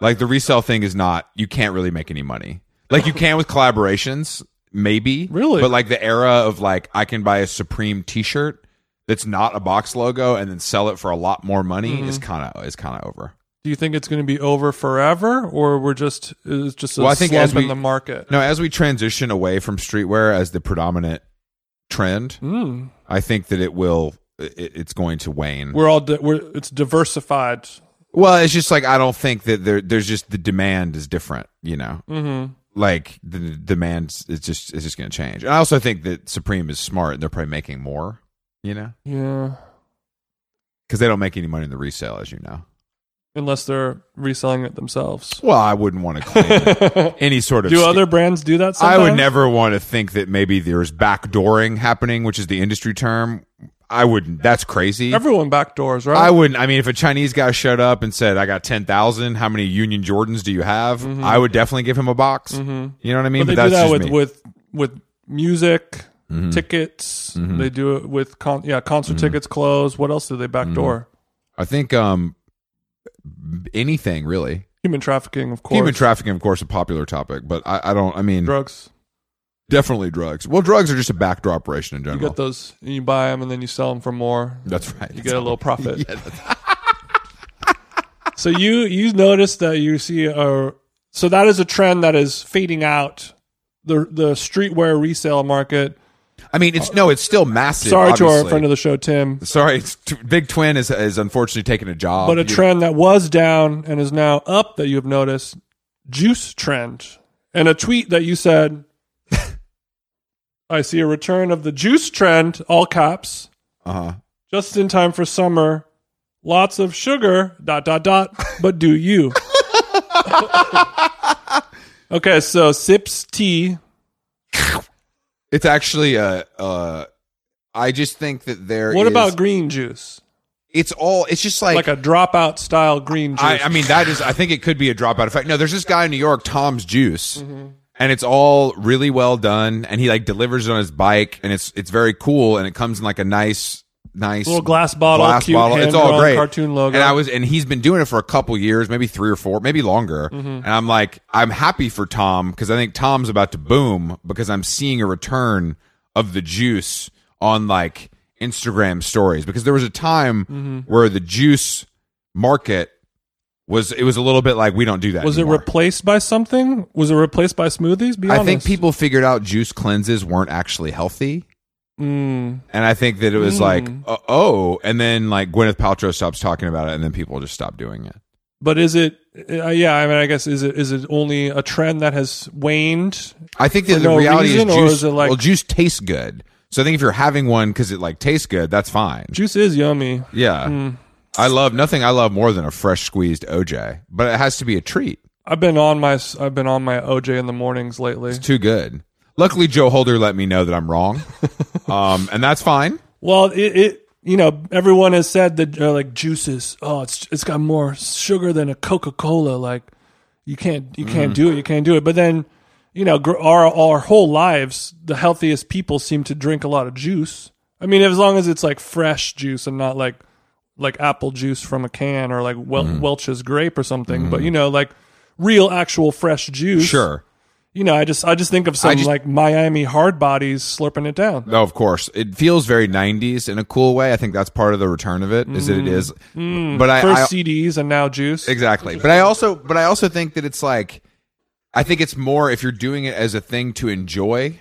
Speaker 2: Like the resale thing is not, you can't really make any money. Like you can with collaborations, maybe.
Speaker 1: Really?
Speaker 2: But like the era of like, I can buy a Supreme t shirt that's not a box logo and then sell it for a lot more money
Speaker 1: Mm-hmm.
Speaker 2: is kind of, is kind of over.
Speaker 1: Do you think it's going to be over forever, or we're just it's just a
Speaker 2: Well, I think
Speaker 1: slump
Speaker 2: as we-
Speaker 1: in the market?
Speaker 2: No, as we transition away from streetwear as the predominant trend,
Speaker 1: Mm.
Speaker 2: I think that it will, it, it's going to wane.
Speaker 1: We're all di- we're it's diversified.
Speaker 2: Well, it's just like, I don't think that there, there's just the demand is different, you know?
Speaker 1: Mm-hmm.
Speaker 2: like the the demand is just is just going to change. And I also think that Supreme is smart and they're probably making more, you know,
Speaker 1: Yeah,
Speaker 2: because they don't make any money in the resale, as you know.
Speaker 1: unless they're reselling it themselves.
Speaker 2: Well, I wouldn't want to claim
Speaker 1: do
Speaker 2: any sort of.
Speaker 1: other brands do that?
Speaker 2: I
Speaker 1: Sometimes?
Speaker 2: would never want to think that maybe there's backdooring happening, which is the industry term. I wouldn't. That's crazy.
Speaker 1: Everyone backdoors, right?
Speaker 2: I wouldn't. I mean, if a Chinese guy showed up and said, "I got ten thousand. How many Union Jordans do you have?" I would definitely give him a box. You know what I mean?
Speaker 1: Mm-hmm. but they
Speaker 2: that's
Speaker 1: do that
Speaker 2: just
Speaker 1: with
Speaker 2: me. Mm-hmm.
Speaker 1: with with music, tickets. They do it with con- yeah concert tickets, clothes. What else do
Speaker 2: Mm-hmm.
Speaker 1: they backdoor?
Speaker 2: I think um, anything really.
Speaker 1: Human trafficking, of course.
Speaker 2: Human trafficking, of course, a popular topic, but I, I don't. I mean,
Speaker 1: drugs.
Speaker 2: definitely drugs. Well, drugs are just a backdoor operation in
Speaker 1: You
Speaker 2: general.
Speaker 1: get those, and you buy them, and then you sell them for more.
Speaker 2: that's right.
Speaker 1: you get a little profit. so you you notice that you see a so that is a trend that is fading out the the streetwear resale market.
Speaker 2: I mean, it's no, it's still massive.
Speaker 1: Sorry to our
Speaker 2: obviously.
Speaker 1: friend of the show Tim,
Speaker 2: Sorry, it's t- Big Twin is is unfortunately taking a job.
Speaker 1: but a
Speaker 2: You-
Speaker 1: trend that was down and is now up that you have noticed juice trend and a tweet that you said. I see a return of the juice trend, all caps.
Speaker 2: uh-huh.
Speaker 1: just in time for summer. Lots of sugar, dot, dot, dot, but do you? okay, so sips tea.
Speaker 2: It's actually a. Uh, I just think that there.
Speaker 1: What
Speaker 2: is-
Speaker 1: about green juice?
Speaker 2: It's all. It's just like.
Speaker 1: Like a dropout style green juice.
Speaker 2: I, I mean, that is. I think it could be a dropout effect. No, there's this guy in New York, Tom's Juice,
Speaker 1: Mm-hmm.
Speaker 2: and it's all really well done. And he like delivers it on his bike, and it's it's very cool. And it comes in like a nice nice
Speaker 1: Little glass bottle,
Speaker 2: glass
Speaker 1: cute
Speaker 2: bottle. It's all
Speaker 1: hand-drawn
Speaker 2: great.
Speaker 1: cartoon logo.
Speaker 2: And I was, and he's been doing it for a couple years, maybe three or four, maybe longer.
Speaker 1: Mm-hmm.
Speaker 2: And I'm like, I'm happy for Tom because I think Tom's about to boom because I'm seeing a return of the juice on like Instagram stories because there was a time
Speaker 1: Mm-hmm.
Speaker 2: where the juice market was it was a little bit like we don't do that.
Speaker 1: Was
Speaker 2: anymore.
Speaker 1: it replaced by something? Was it replaced by smoothies? Be
Speaker 2: I
Speaker 1: honest.
Speaker 2: think people figured out juice cleanses weren't actually healthy.
Speaker 1: Hmm.
Speaker 2: And I think that it was like,
Speaker 1: Mm.
Speaker 2: uh, oh, and then like Gwyneth Paltrow stops talking about it, and then people just stop doing it.
Speaker 1: But is it? Uh, yeah, I mean, I guess is it is it only a trend that has waned?
Speaker 2: I think that
Speaker 1: For
Speaker 2: the
Speaker 1: no
Speaker 2: reality
Speaker 1: reason,
Speaker 2: is
Speaker 1: or
Speaker 2: juice.
Speaker 1: is it like-
Speaker 2: well, juice tastes good, so I think if you're having one because it like tastes good, that's fine.
Speaker 1: Juice is yummy.
Speaker 2: Yeah,
Speaker 1: hmm.
Speaker 2: I love nothing. I love more than a fresh squeezed OJ, but it has to be a treat.
Speaker 1: I've been on my I've been on my OJ in the mornings lately.
Speaker 2: It's too good. Luckily, Joe Holder let me know that I'm wrong, um, and that's fine.
Speaker 1: Well, it, it you know everyone has said that uh, like juices. Oh, it's it's got more sugar than a Coca Cola. Like you can't you
Speaker 2: Mm-hmm.
Speaker 1: can't do it. You can't do it. But then you know gr- our our whole lives, the healthiest people seem to drink a lot of juice. I mean, as long as it's like fresh juice and not like like apple juice from a can or like Wel-
Speaker 2: Mm-hmm.
Speaker 1: Welch's grape or something. But you know, like real actual fresh juice.
Speaker 2: Sure.
Speaker 1: You know, I just I just think of some
Speaker 2: just-
Speaker 1: like Miami hard bodies slurping it down.
Speaker 2: No, of course. It feels very 90s in a cool way. I think that's part of the return of it, is that it is. But
Speaker 1: Mm.
Speaker 2: I,
Speaker 1: First
Speaker 2: I
Speaker 1: CDs and now juice.
Speaker 2: exactly. But I also but I also think that it's like I think it's more if you're doing it as a thing to enjoy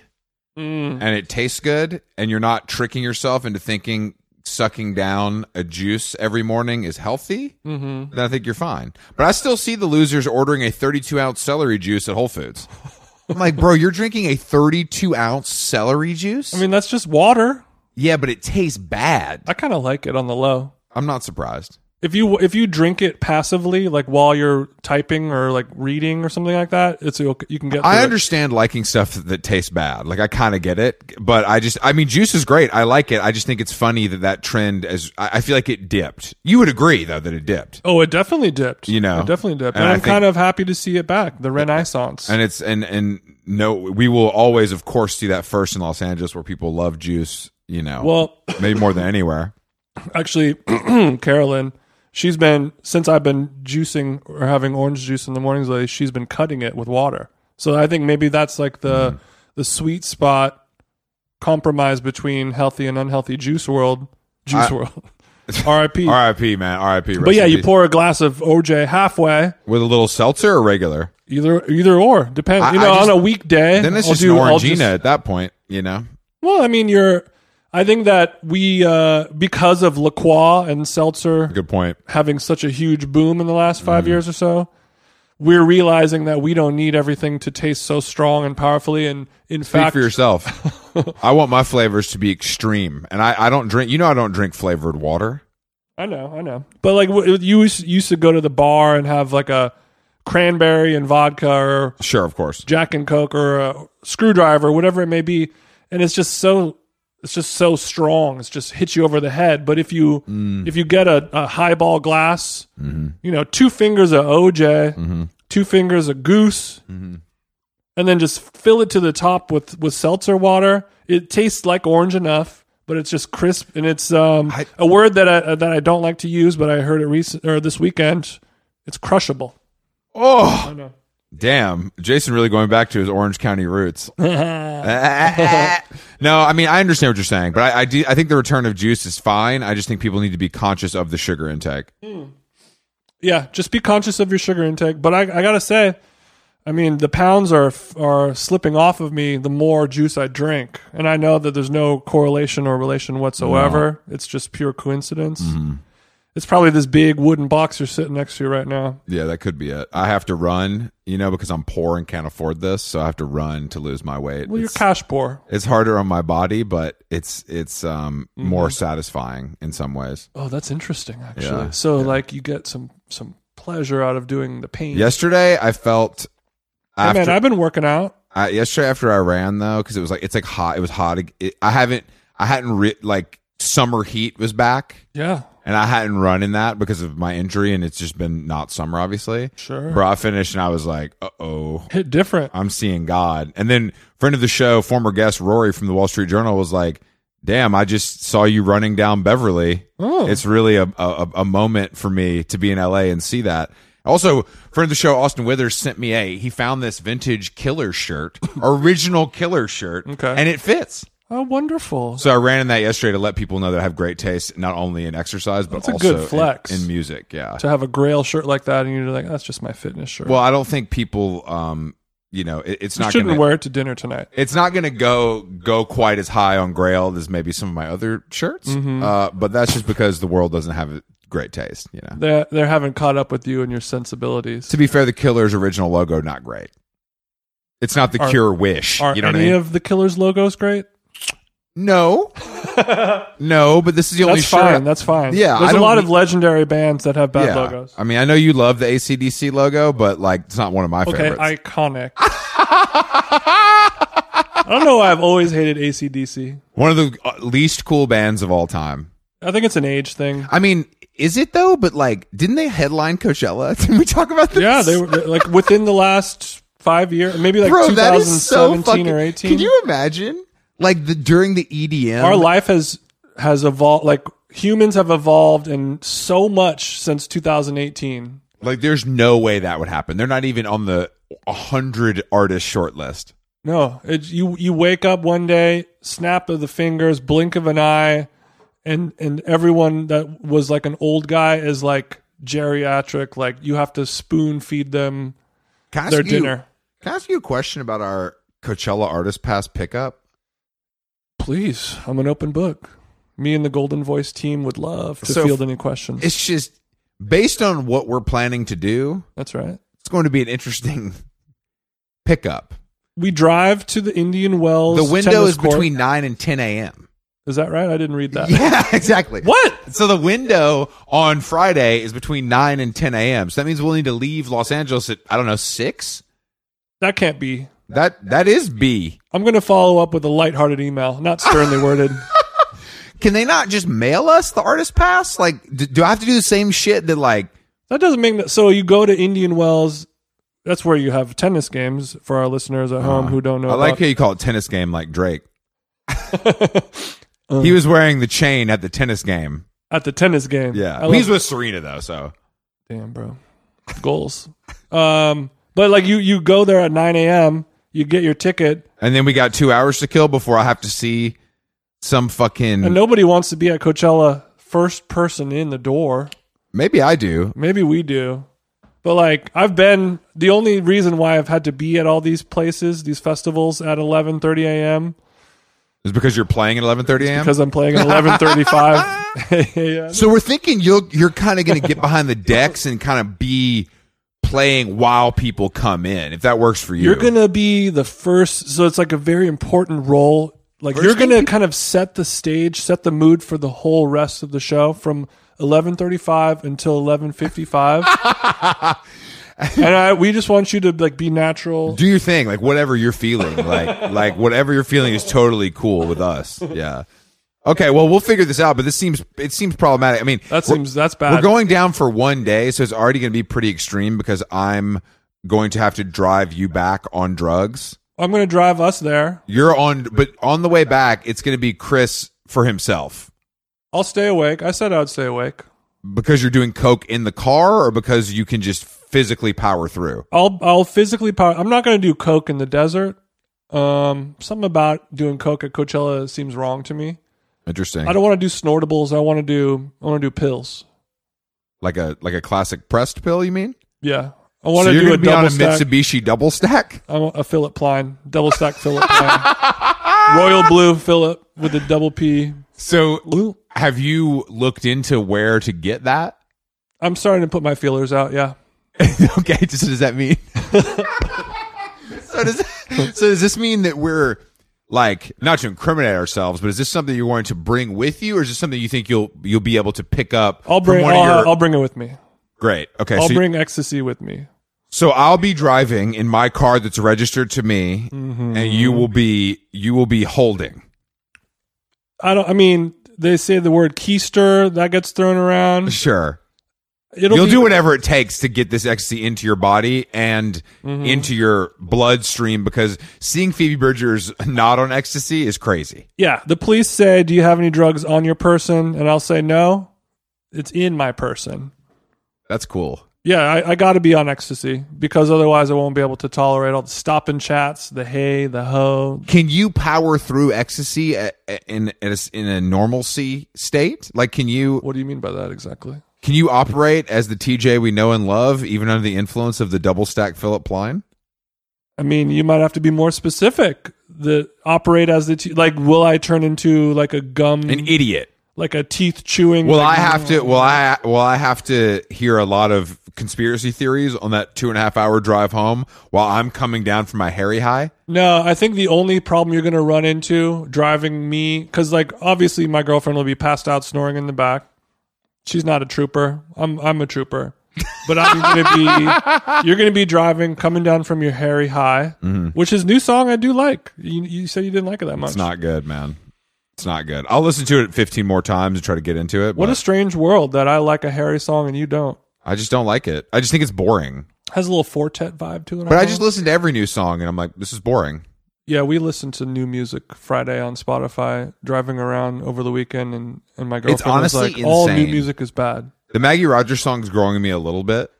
Speaker 1: Mm.
Speaker 2: and it tastes good and you're not tricking yourself into thinking sucking down a juice every morning is healthy, mm-hmm. then I think you're fine. But I still see the losers ordering a 32 ounce celery juice at Whole Foods. I'm like, bro, you're drinking a 32 ounce celery juice?
Speaker 1: I mean, that's just water.
Speaker 2: Yeah, but it tastes bad.
Speaker 1: I kind of like it on the low.
Speaker 2: I'm not surprised.
Speaker 1: If you if you drink it passively, like while you're typing or like reading or something like that, it's okay. You can get.
Speaker 2: I
Speaker 1: through it.
Speaker 2: understand liking stuff that tastes bad. Like I kind of get it, but I just I mean juice is great. I like it. I just think it's funny that that trend is I I feel like it dipped. You would agree though that it dipped.
Speaker 1: Oh, it definitely dipped.
Speaker 2: You know.
Speaker 1: it definitely dipped.
Speaker 2: And
Speaker 1: And,
Speaker 2: I
Speaker 1: I'm
Speaker 2: think-
Speaker 1: kind of happy to see it back. The Renaissance.
Speaker 2: And it's and and no we will always of course see that first in Los Angeles where people love juice, you know.
Speaker 1: well,
Speaker 2: maybe more than anywhere.
Speaker 1: actually, Carolyn, she's been since I've been juicing or having orange juice in the mornings lately. She's been cutting it with water. So I think maybe that's like the
Speaker 2: Mm.
Speaker 1: the sweet spot compromise between healthy and unhealthy juice world. Juice world. R.I.P.
Speaker 2: RIP man, RIP.
Speaker 1: But
Speaker 2: rest
Speaker 1: yeah,
Speaker 2: in
Speaker 1: you
Speaker 2: peace.
Speaker 1: pour a glass of OJ halfway,
Speaker 2: with a little seltzer or regular.
Speaker 1: either either or depends. You
Speaker 2: I- I
Speaker 1: know,
Speaker 2: just-
Speaker 1: on a weekday,
Speaker 2: Then it's
Speaker 1: I'll
Speaker 2: just
Speaker 1: do-
Speaker 2: an
Speaker 1: I'll
Speaker 2: Orangina
Speaker 1: just-
Speaker 2: at that point, you know.
Speaker 1: well, I mean, you're. I think that we uh, because of La Croix and seltzer
Speaker 2: Good point.
Speaker 1: having such a huge boom in the last 5
Speaker 2: Mm-hmm.
Speaker 1: years or so, we're realizing that we don't need everything to taste so strong and powerfully. And in
Speaker 2: Speak
Speaker 1: fact,
Speaker 2: for yourself. I want my flavors to be extreme, and I, I don't drink. You know, I don't drink flavored water.
Speaker 1: I know, I know. But like w- you used- used to go to the bar and have like a cranberry and vodka or
Speaker 2: Sure, of course.
Speaker 1: Jack and Coke or a screwdriver, whatever it may be, and it's just so it's just so strong. It's just hits you over the head. But if you if you get a, a highball glass, you know, two fingers of OJ, two fingers of Goose, and then just fill it to the top with with seltzer water. It tastes like orange enough. But it's just crisp, and it's um,
Speaker 2: I-
Speaker 1: a word that I that I don't like to use, but I heard it recent or this weekend. It's crushable.
Speaker 2: Oh,
Speaker 1: know.
Speaker 2: damn! Jason really going back to his Orange County roots. no, I mean I understand what you're saying, but I, I do. I think the return of juice is fine. I just think people need to be conscious of the sugar intake.
Speaker 1: yeah, just be conscious of your sugar intake. But I, I gotta say, I mean, the pounds are are slipping off of me the more juice I drink, and I know that there's no correlation or relation whatsoever. It's just pure coincidence.
Speaker 2: Mm-hmm.
Speaker 1: It's probably this big wooden box you're sitting next to right now.
Speaker 2: Yeah, that could be it. I have to run, you know, because I'm poor and can't afford this, so I have to run to lose my weight.
Speaker 1: Well, you're
Speaker 2: It's-
Speaker 1: cash poor.
Speaker 2: it's harder on my body, but it's it's um
Speaker 1: Mm-hmm.
Speaker 2: more satisfying in some ways.
Speaker 1: Oh, that's interesting, actually.
Speaker 2: Yeah,
Speaker 1: so, like, you get some some pleasure out of doing the pain.
Speaker 2: Yesterday, I felt
Speaker 1: Hey,
Speaker 2: after
Speaker 1: man, I've been working out.
Speaker 2: I, yesterday after I ran though, because it was like it's like hot. It was hot. ag- It, I haven't I hadn't re- like summer heat was back,
Speaker 1: Yeah,
Speaker 2: and I hadn't run in that because of my injury, and it's just been not summer, obviously.
Speaker 1: sure.
Speaker 2: Bro, I finished and I was like, uh oh.
Speaker 1: Hit different.
Speaker 2: I'm seeing God. And then friend of the show, former guest Rory from the Wall Street Journal was like, damn, I just saw you running down Beverly.
Speaker 1: Oh.
Speaker 2: It's really a, a a moment for me to be in LA and see that. Also, friend of the show, Austin Withers sent me a. He found this vintage killer shirt, original killer shirt,
Speaker 1: Okay.
Speaker 2: and it fits.
Speaker 1: Oh, wonderful.
Speaker 2: So I ran in that yesterday to let people know that I have great taste, not only in exercise but
Speaker 1: a
Speaker 2: also
Speaker 1: good flex.
Speaker 2: In, in music. Yeah.
Speaker 1: to have a grail shirt like that and you're like, that's just my fitness shirt.
Speaker 2: Well, I don't think people, um, you know, it, it's
Speaker 1: you
Speaker 2: not
Speaker 1: shouldn't
Speaker 2: gonna,
Speaker 1: wear it to dinner tonight.
Speaker 2: It's not going to go go quite as high on Grail as maybe some of my other shirts,
Speaker 1: Mm-hmm.
Speaker 2: uh, but that's just because the world doesn't have great taste. You know.
Speaker 1: They they haven't caught up with you and your sensibilities.
Speaker 2: To be fair, the Killer's original logo not great. It's not the
Speaker 1: Are-
Speaker 2: Cure wish.
Speaker 1: Are
Speaker 2: you know what I
Speaker 1: any
Speaker 2: mean?
Speaker 1: of the Killers logos great?
Speaker 2: no, no. But this is the only
Speaker 1: That's
Speaker 2: shirt.
Speaker 1: fine. That's fine.
Speaker 2: Yeah, I
Speaker 1: there's a
Speaker 2: don't
Speaker 1: lot
Speaker 2: need-
Speaker 1: of legendary bands that have bad
Speaker 2: yeah.
Speaker 1: logos.
Speaker 2: I mean, I know you love the ACDC logo, but like, it's not one of my
Speaker 1: Okay,
Speaker 2: favorites.
Speaker 1: iconic. I don't know why I've always hated ACDC.
Speaker 2: one of the uh, least cool bands of all time.
Speaker 1: I think it's an age thing.
Speaker 2: I mean, is it though? But like, didn't they headline Coachella? Didn't we talk about this?
Speaker 1: Yeah, they were they- like within the last five years, maybe like
Speaker 2: Bro, that is so
Speaker 1: 2017
Speaker 2: fucking.
Speaker 1: or 18.
Speaker 2: Can you imagine? Like the during the E EDM,
Speaker 1: Our life has has evolved. Like humans have evolved in so much since 2018.
Speaker 2: like there's no way that would happen. They're not even on the hundred artist short list.
Speaker 1: No, it, you you wake up one day, snap of the fingers, blink of an eye, and and everyone that was like an old guy is like geriatric. Like you have to spoon feed them
Speaker 2: Can I ask
Speaker 1: their
Speaker 2: you-
Speaker 1: dinner.
Speaker 2: Can I ask you a question about our Coachella artist pass pickup?
Speaker 1: Please, I'm an open book. Me and the Golden Voice team would love to
Speaker 2: So-
Speaker 1: field any questions.
Speaker 2: It's just based on what we're planning to do.
Speaker 1: That's right.
Speaker 2: It's going to be an interesting pickup.
Speaker 1: We drive to the Indian Wells.
Speaker 2: The window
Speaker 1: tennis
Speaker 2: is
Speaker 1: court.
Speaker 2: between nine and ten a.m.
Speaker 1: Is that right? I didn't read that.
Speaker 2: Yeah, exactly.
Speaker 1: What?
Speaker 2: So the window on Friday is between 9 and 10 a.m. So that means we'll need to leave Los Angeles at I don't know 6.
Speaker 1: That can't be.
Speaker 2: That that is B.
Speaker 1: I'm going to follow up with a lighthearted email, not sternly worded.
Speaker 2: Can they not just mail us the artist pass? Like do, do I have to do the same shit that like
Speaker 1: That doesn't make that. So you go to Indian Wells. That's where you have tennis games for our listeners at home who don't know.
Speaker 2: Uh, I like
Speaker 1: about-
Speaker 2: how you call it tennis game like Drake.
Speaker 1: Um,
Speaker 2: he was wearing the chain at the tennis game.
Speaker 1: at the tennis game. I
Speaker 2: Yeah.
Speaker 1: love-
Speaker 2: He's with Serena though, so
Speaker 1: damn, bro, goals. um, but like you, you go there at 9 a.m. You get your ticket,
Speaker 2: and then we got 2 hours to kill before I have to see some fucking
Speaker 1: and nobody wants to be at Coachella first person in the door.
Speaker 2: Maybe I do.
Speaker 1: Maybe we do. But like I've been the only reason why I've had to be at all these places, these festivals at 11:30 a.m.
Speaker 2: It's because you're playing at 11:30 a.m.
Speaker 1: because I'm playing at 11:35 a.m.
Speaker 2: So we're thinking you'll, you're kind of going to get behind the decks and kind of be playing while people come in, if that works for you.
Speaker 1: You're gonna be the first, so it's like a very important role. Like you you're
Speaker 2: thing
Speaker 1: gonna kind of set the stage, set the mood for the whole rest of the show from 11:35 until 11:55. and I, we just want you to like be natural.
Speaker 2: do your thing, like whatever you're feeling, like like whatever you're feeling is totally cool with us. Yeah. Okay. Well, we'll figure this out, but this seems it seems problematic. I mean,
Speaker 1: That
Speaker 2: we're-
Speaker 1: seems that's bad.
Speaker 2: We're going down for one day, so it's already going to be pretty extreme because I'm going to have to drive you back on drugs.
Speaker 1: I'm gonna drive us there.
Speaker 2: You're on, but on the way back, it's going to be Chris for himself.
Speaker 1: I'll stay awake. I said I'd stay awake.
Speaker 2: because you're doing coke in the car or because you can just physically power through
Speaker 1: I'll I'll physically power. I'm not going to do coke in the desert. Um, something about doing coke at Coachella seems wrong to me.
Speaker 2: interesting
Speaker 1: I don't want to do snortables. I want to do I want to do pills.
Speaker 2: like a like a classic pressed pill you mean
Speaker 1: Yeah, I want
Speaker 2: so
Speaker 1: to
Speaker 2: you're
Speaker 1: do a
Speaker 2: gonna be on
Speaker 1: double
Speaker 2: a
Speaker 1: stack.
Speaker 2: mitsubishi double stack
Speaker 1: I want a Philip Pline double stack Philip Pline, royal blue Philip with a double P.
Speaker 2: so have you looked into where to get that
Speaker 1: I'm starting to put my feelers out. Yeah,
Speaker 2: okay so does that mean so does so does this mean that we're like not to incriminate ourselves but is this something you're going to bring with you or is this something you think you'll you'll be able to pick up
Speaker 1: I'll
Speaker 2: from
Speaker 1: bring
Speaker 2: one
Speaker 1: I'll,
Speaker 2: of your
Speaker 1: I'll bring it with me.
Speaker 2: great okay
Speaker 1: I'll
Speaker 2: so you-
Speaker 1: bring ecstasy with me.
Speaker 2: So I'll be driving in my car that's registered to me,
Speaker 1: Mm-hmm.
Speaker 2: and you will be you will be holding.
Speaker 1: I don't. I mean, they say the word keister that gets thrown around.
Speaker 2: Sure.
Speaker 1: it'll
Speaker 2: You'll
Speaker 1: be,
Speaker 2: do whatever it takes to get this ecstasy into your body and
Speaker 1: Mm-hmm.
Speaker 2: into your bloodstream because seeing Phoebe Bridgers not on ecstasy is crazy.
Speaker 1: Yeah, the police say, "Do you have any drugs on your person?" And I'll say, "No, it's in my person."
Speaker 2: That's cool.
Speaker 1: Yeah, I, I got to be on ecstasy because otherwise I won't be able to tolerate all the stop and chats, the hey, the ho.
Speaker 2: Can you power through ecstasy a- a- in at a s- in a normalcy state? Like, can you
Speaker 1: What do you mean by that exactly?
Speaker 2: can you operate as the TJ we know and love, even under the influence of the double stack Philip Pline?
Speaker 1: I mean, you might have to be more specific. The operate as the t- like, will I turn into like a gum,
Speaker 2: An idiot.
Speaker 1: like a teeth chewing?
Speaker 2: Well, I have to. Well, I well, I have to hear a lot of conspiracy theories on that two and a half hour drive home while I'm coming down from my Harry high.
Speaker 1: No, I think the only problem you're going to run into driving me, because like obviously my girlfriend will be passed out snoring in the back. She's not a trooper. I'm I'm a trooper, but I'm going to be. You're going to be driving, coming down from your Harry High, which is new song I do like. You, you said you didn't like it that much.
Speaker 2: It's not good, man. It's not good. I'll listen to it 15 more times and try to get into it.
Speaker 1: What
Speaker 2: but
Speaker 1: a strange world that I like a Harry song and you don't.
Speaker 2: I just don't like it. I just think it's boring.
Speaker 1: Has a little Fortet vibe to it.
Speaker 2: But I just listen to every new song and I'm like, this is boring.
Speaker 1: Yeah, we listened to new music Friday on Spotify driving around over the weekend, and, and my girlfriend
Speaker 2: honestly
Speaker 1: was like, "All new
Speaker 2: insane.
Speaker 1: music is bad.
Speaker 2: The Maggie Rogers song's growing on me a little bit,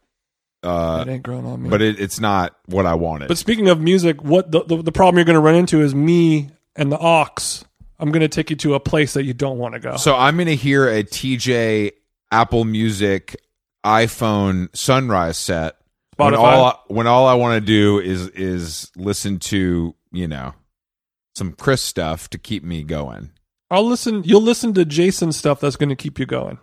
Speaker 2: uh,
Speaker 1: it ain't grown on me."
Speaker 2: but it, it's not what I wanted.
Speaker 1: But speaking of music, what the, the, the problem you're going to run into is me and the ox. I'm going to take you to a place that you don't want to go.
Speaker 2: So I'm going to hear a TJ Apple Music iPhone sunrise set. When
Speaker 1: Spotify?
Speaker 2: all I, when all I want to do is is listen to, you know, some Chris stuff to keep me going.
Speaker 1: I'll listen. You'll listen to Jason stuff that's going to keep you going.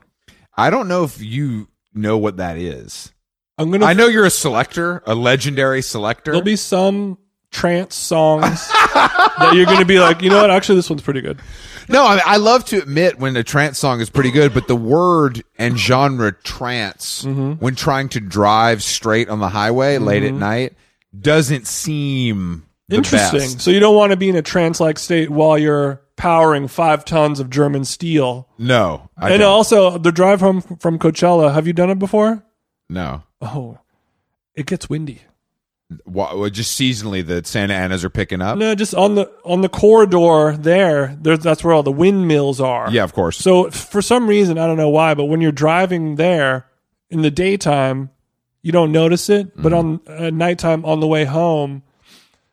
Speaker 2: I don't know if you know what that is.
Speaker 1: I'm going
Speaker 2: I
Speaker 1: to.
Speaker 2: know you're a selector, a legendary selector.
Speaker 1: There'll be some trance songs that you're going to be like, you know what? Actually, this one's pretty good.
Speaker 2: no, I, I love to admit when a trance song is pretty good, but the word and genre trance,
Speaker 1: Mm-hmm.
Speaker 2: when trying to drive straight on the highway late at night, doesn't seem the
Speaker 1: Interesting.
Speaker 2: best.
Speaker 1: So you don't want to be in a trance-like state while you're powering five tons of German steel.
Speaker 2: No, I
Speaker 1: and
Speaker 2: don't.
Speaker 1: also the drive home from Coachella. Have you done it before?
Speaker 2: no.
Speaker 1: Oh, it gets windy.
Speaker 2: Wha- well, just seasonally, the Santa Anas are picking up.
Speaker 1: No, just on the on the corridor there. There's that's where all the windmills are.
Speaker 2: Yeah, of course.
Speaker 1: So f- for some reason, I don't know why, but when you're driving there in the daytime, you don't notice it. But on
Speaker 2: Mm-hmm.
Speaker 1: uh, nighttime, on the way home,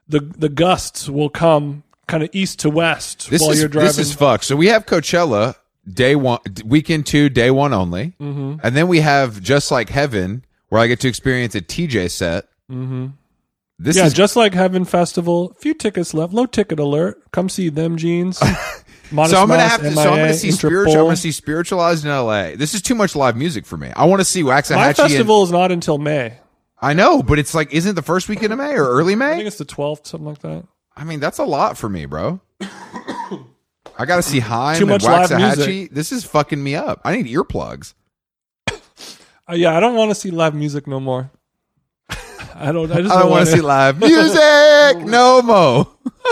Speaker 1: the the gusts will come kind of east to west
Speaker 2: this
Speaker 1: while
Speaker 2: is
Speaker 1: you're driving.
Speaker 2: this is fucked. So we have Coachella day one, d- weekend two, day one only,
Speaker 1: Mm-hmm.
Speaker 2: and then we have just like heaven, where I get to experience a TJ set. Mm-hmm. This
Speaker 1: yeah,
Speaker 2: is
Speaker 1: just like Heaven Festival. Few tickets left. Low ticket alert. Come see them jeans. Modest
Speaker 2: so I'm gonna
Speaker 1: Mouse,
Speaker 2: have to.
Speaker 1: MIA,
Speaker 2: so I'm gonna see spiritual. I'm
Speaker 1: Interpol.
Speaker 2: gonna see spiritualized in LA. This is too much live music for me. I want to see
Speaker 1: My
Speaker 2: Waxahachie.
Speaker 1: festival is not until May.
Speaker 2: and, I know, but it's like, isn't it the first weekend of May or early
Speaker 1: I think
Speaker 2: May?
Speaker 1: it's the 12th, something like that.
Speaker 2: I mean, that's a lot for me, bro. I gotta see Heim
Speaker 1: Too much
Speaker 2: and
Speaker 1: live
Speaker 2: Waxahachie.
Speaker 1: music.
Speaker 2: This is fucking me up. I need earplugs.
Speaker 1: Uh, yeah, I don't want to see live music no more. I don't. I just
Speaker 2: I don't want to see
Speaker 1: Live.
Speaker 2: live music no more.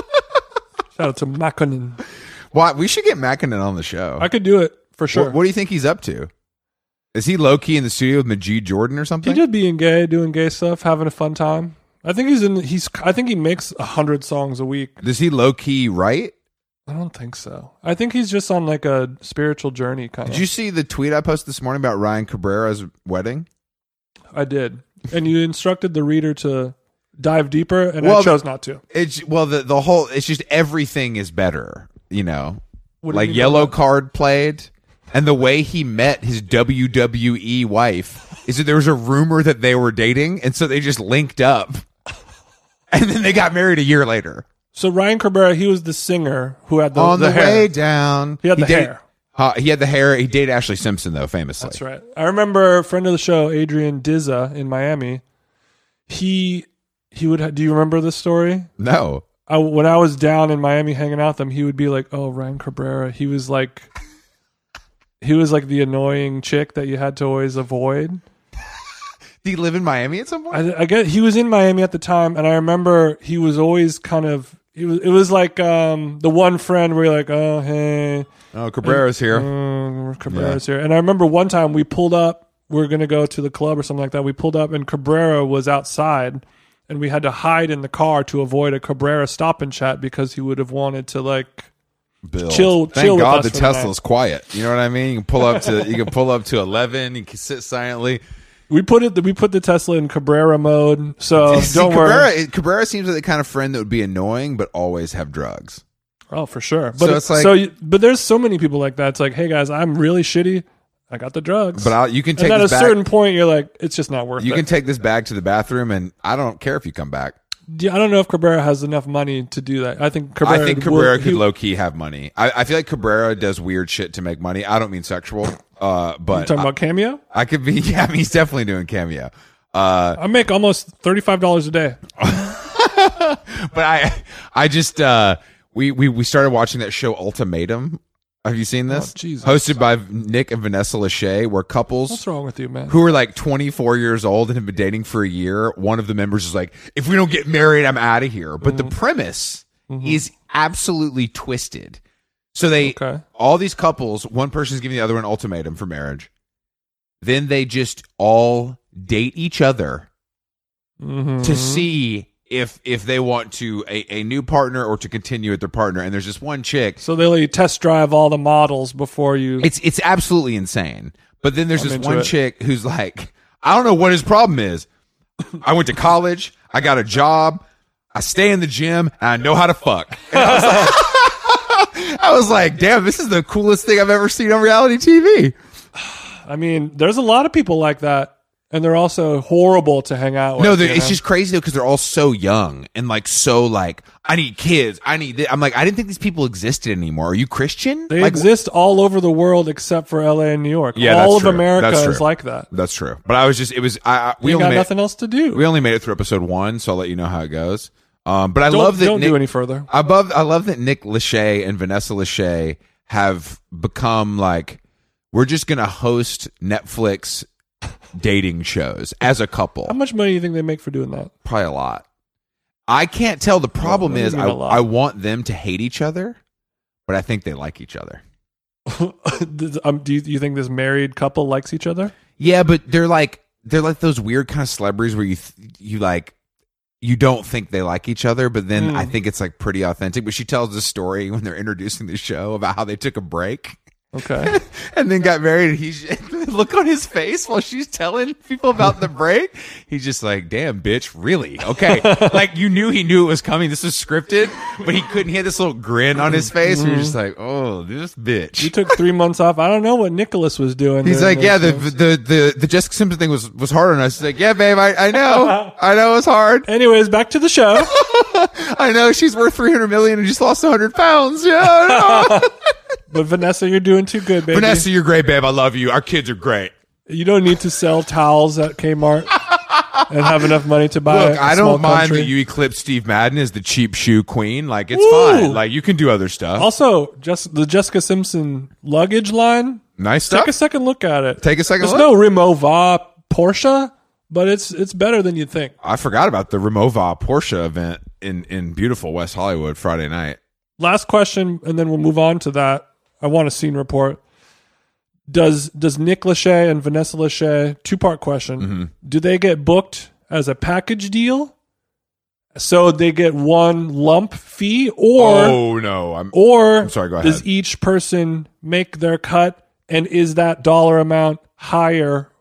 Speaker 1: Shout out to Mackinnon.
Speaker 2: Why we should get Mackinnon on the show.
Speaker 1: I could do it for sure.
Speaker 2: what, what do you think he's up to? Is he low key in the studio with Majid Jordan or
Speaker 1: he
Speaker 2: something?
Speaker 1: just being gay, doing gay stuff, having a fun time. I think he's in. He's. I think he makes a hundred songs a week.
Speaker 2: Does he low key write?
Speaker 1: I don't think so. I think he's just on like a spiritual journey kind
Speaker 2: Did
Speaker 1: of.
Speaker 2: you see the tweet I posted this morning about Ryan Cabrera's wedding?
Speaker 1: I did, and you instructed the reader to dive deeper, and I
Speaker 2: Well,
Speaker 1: chose not to.
Speaker 2: It's well the the whole it's just everything is better, you know.
Speaker 1: What do you
Speaker 2: like
Speaker 1: mean by
Speaker 2: yellow
Speaker 1: that?
Speaker 2: card played and the way he met his WWE wife is that there was a rumor that they were dating and so they just linked up. And then they got married a year later.
Speaker 1: So Ryan Cabrera, he was the singer who had the,
Speaker 2: on the,
Speaker 1: hair.
Speaker 2: way down.
Speaker 1: He had the
Speaker 2: dated-
Speaker 1: hair.
Speaker 2: Uh, he had the hair. He dated Ashley Simpson though, famously.
Speaker 1: That's right. I remember a friend of the show, Adrian Dizza in Miami. He he would. Ha- do you remember this story?
Speaker 2: No,
Speaker 1: I, when I was down in Miami hanging out with him, he would be like, "Oh, Ryan Cabrera." He was like, he was like the annoying chick that you had to always avoid.
Speaker 2: did he live in Miami at some point?
Speaker 1: I, I guess he was in Miami at the time, and I remember he was always kind of. It was, it was like um, the one friend where you're like, oh, hey, uh,
Speaker 2: oh, Cabrera's here.
Speaker 1: Mm, Cabrera's here. And I remember one time we pulled up, we are going to go to the club or something like that. We pulled up and Cabrera was outside and we had to hide in the car to avoid a Cabrera stop and chat because he would have wanted to like
Speaker 2: Bill.
Speaker 1: Chill-
Speaker 2: Thank
Speaker 1: chill with
Speaker 2: God
Speaker 1: us
Speaker 2: the
Speaker 1: for the night.
Speaker 2: Tesla's quiet. You know what I mean? You can pull up to you can pull up to eleven. You can sit silently.
Speaker 1: we put it we put the Tesla in Cabrera mode. So
Speaker 2: See,
Speaker 1: don't
Speaker 2: Cabrera,
Speaker 1: worry.
Speaker 2: Cabrera seems like the kind of friend that would be annoying but always have drugs.
Speaker 1: Oh, for sure. But so
Speaker 2: it's like-
Speaker 1: so you, but there's so many people like that. It's like, hey guys, I'm really shitty. I got the drugs.
Speaker 2: But I'll, you can take
Speaker 1: and at a
Speaker 2: this back.
Speaker 1: certain point, you're like, it's just not worth
Speaker 2: you
Speaker 1: it.
Speaker 2: can take this bag to the bathroom, and I don't care if you come back.
Speaker 1: Yeah, I don't know if Cabrera has enough money to do that. I think Cabrera.
Speaker 2: I think Cabrera
Speaker 1: would-
Speaker 2: could
Speaker 1: he-
Speaker 2: low key have money. I, I feel like Cabrera does weird shit to make money. I don't mean sexual, uh, but
Speaker 1: Talking
Speaker 2: I,
Speaker 1: about cameo,
Speaker 2: I could be. Yeah, I mean, he's definitely doing cameo. Uh,
Speaker 1: I make almost thirty five dollars a day.
Speaker 2: but I, I just uh, we we we started watching that show Ultimatum. Have you seen this?
Speaker 1: Oh, Jesus.
Speaker 2: Hosted by Nick and Vanessa Lachey, where couples
Speaker 1: What's wrong with you, man?
Speaker 2: who are like 24 years old and have been dating for a year. One of the members is like, if we don't get married, I'm out of here. But the premise is absolutely twisted. So they,
Speaker 1: Okay.
Speaker 2: all these couples, one person's giving the other an ultimatum for marriage. Then they just all date each other
Speaker 1: Mhm.
Speaker 2: to see if if they want to a, a new partner or to continue with their partner. And there's this one chick.
Speaker 1: So they let you test drive all the models before you.
Speaker 2: It's it's absolutely insane. But then there's
Speaker 1: I'm
Speaker 2: this
Speaker 1: into
Speaker 2: one
Speaker 1: it.
Speaker 2: chick who's like, I don't know what his problem is. I went to college, I got a job, I stay in the gym, and I know how to fuck. And I, was like, I was like, damn, this is the coolest thing I've ever seen on reality TV.
Speaker 1: I mean, there's a lot of people like that, and they're also horrible to hang out with.
Speaker 2: No, they're-
Speaker 1: you
Speaker 2: it's
Speaker 1: know?
Speaker 2: just crazy though because they're all so young and like so like I need kids. I need. This. I'm like I didn't think these people existed anymore. Are you Christian?
Speaker 1: they
Speaker 2: like,
Speaker 1: exist all over the world except for L.A. and New York.
Speaker 2: Yeah,
Speaker 1: all
Speaker 2: that's
Speaker 1: of
Speaker 2: true.
Speaker 1: America
Speaker 2: That's true.
Speaker 1: is like that.
Speaker 2: That's true. But I was just it was I, I we
Speaker 1: We
Speaker 2: only
Speaker 1: got
Speaker 2: made,
Speaker 1: nothing else to do.
Speaker 2: We only made it through episode one, so I'll let you know how it goes. Um, but I
Speaker 1: don't
Speaker 2: love that
Speaker 1: don't
Speaker 2: Nick,
Speaker 1: do any further.
Speaker 2: I love I love that Nick Lachey and Vanessa Lachey have become like we're just gonna host Netflix dating shows as a
Speaker 1: How
Speaker 2: couple.
Speaker 1: much money do you think they make for doing that?
Speaker 2: Probably a lot. I can't tell. The problem
Speaker 1: What do you
Speaker 2: is
Speaker 1: mean
Speaker 2: I,
Speaker 1: a lot?
Speaker 2: I want them to hate each other, but I think they like each other.
Speaker 1: Does- um, do you, you think this married couple likes each other?
Speaker 2: Yeah, but they're like they're like those weird kind of celebrities where you th- you like you don't think they like each other, but then
Speaker 1: Mm.
Speaker 2: I think it's like pretty authentic. But she tells the story when they're introducing the show about how they took a break
Speaker 1: Okay.
Speaker 2: and then got married. And he's look on his face while she's telling people about the break. He's just like, "Damn, bitch, really? Okay." like you knew he knew it was coming. This was scripted, but he couldn't. He had this little grin on his face. And you're just like, "Oh, this bitch."
Speaker 1: you took three months off. I don't know what Nicholas was doing.
Speaker 2: He's
Speaker 1: during
Speaker 2: like, yeah, the,
Speaker 1: those things."
Speaker 2: the the the Jessica Simpson thing was was hard on us. He's like, yeah, babe, I, I know, I know it's hard.
Speaker 1: Anyways, back to the show.
Speaker 2: I know she's worth three hundred million and just lost hundred pounds. Yeah, I know.
Speaker 1: but Vanessa, you're doing too good, baby.
Speaker 2: Vanessa, you're great, babe. I love you. Our kids are great.
Speaker 1: You don't need to sell towels at Kmart and have enough money to buy.
Speaker 2: Look,
Speaker 1: I
Speaker 2: I
Speaker 1: small
Speaker 2: don't mind
Speaker 1: country.
Speaker 2: that you eclipse Steve Madden as the cheap shoe queen. Like it's
Speaker 1: Ooh.
Speaker 2: fine. Like you can do other
Speaker 1: Oh,
Speaker 2: stuff.
Speaker 1: Also, just the Jessica Simpson luggage line.
Speaker 2: nice stuff.
Speaker 1: Take a second look at it.
Speaker 2: Take a second
Speaker 1: There's
Speaker 2: look.
Speaker 1: no Rimova Porsche, but it's it's better than you'd think.
Speaker 2: I forgot about the Remova Porsche event in in beautiful West Hollywood Friday night.
Speaker 1: Last question, and then we'll move on to that. I want a scene report. Does does Nick Lachey and Vanessa Lachey two part question?
Speaker 2: Mm-hmm.
Speaker 1: Do they get booked as a package deal? So they get one lump fee, or
Speaker 2: oh no, I'm
Speaker 1: Or
Speaker 2: sorry, go
Speaker 1: does
Speaker 2: ahead.
Speaker 1: each person make their cut and is that dollar amount higher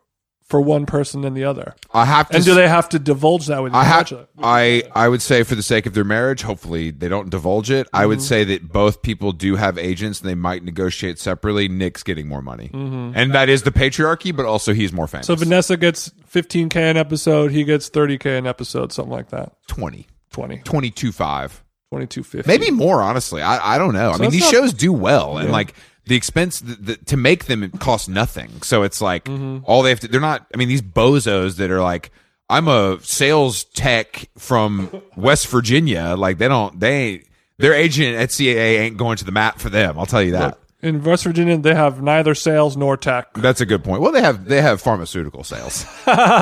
Speaker 1: for one person than the other?
Speaker 2: I have to.
Speaker 1: And do they have to divulge that with
Speaker 2: I
Speaker 1: each
Speaker 2: have.
Speaker 1: other?
Speaker 2: I I would say for the sake of their marriage, hopefully they don't divulge it. I would say that both people do have agents, and they might negotiate separately. Nick's getting more money, and that is the patriarchy, but also he's more famous.
Speaker 1: So Vanessa gets 15k an episode, he gets 30k an episode, something like that.
Speaker 2: 20,
Speaker 1: 20,
Speaker 2: 22, 5.
Speaker 1: 2250.
Speaker 2: maybe more. Honestly, I I don't know. I mean,
Speaker 1: it's
Speaker 2: these
Speaker 1: not-
Speaker 2: shows do well, and like the expense th the, to make them it costs nothing. So it's like
Speaker 1: Mm-hmm.
Speaker 2: all they have to. They're not. I mean, these bozos that are like. I'm a sales tech from West Virginia. Like they don't, they ain't, their agent at CAA ain't going to the mat for them. I'll tell you that.
Speaker 1: in West Virginia they have neither sales nor tech.
Speaker 2: That's a good point. Well, they have they have pharmaceutical sales.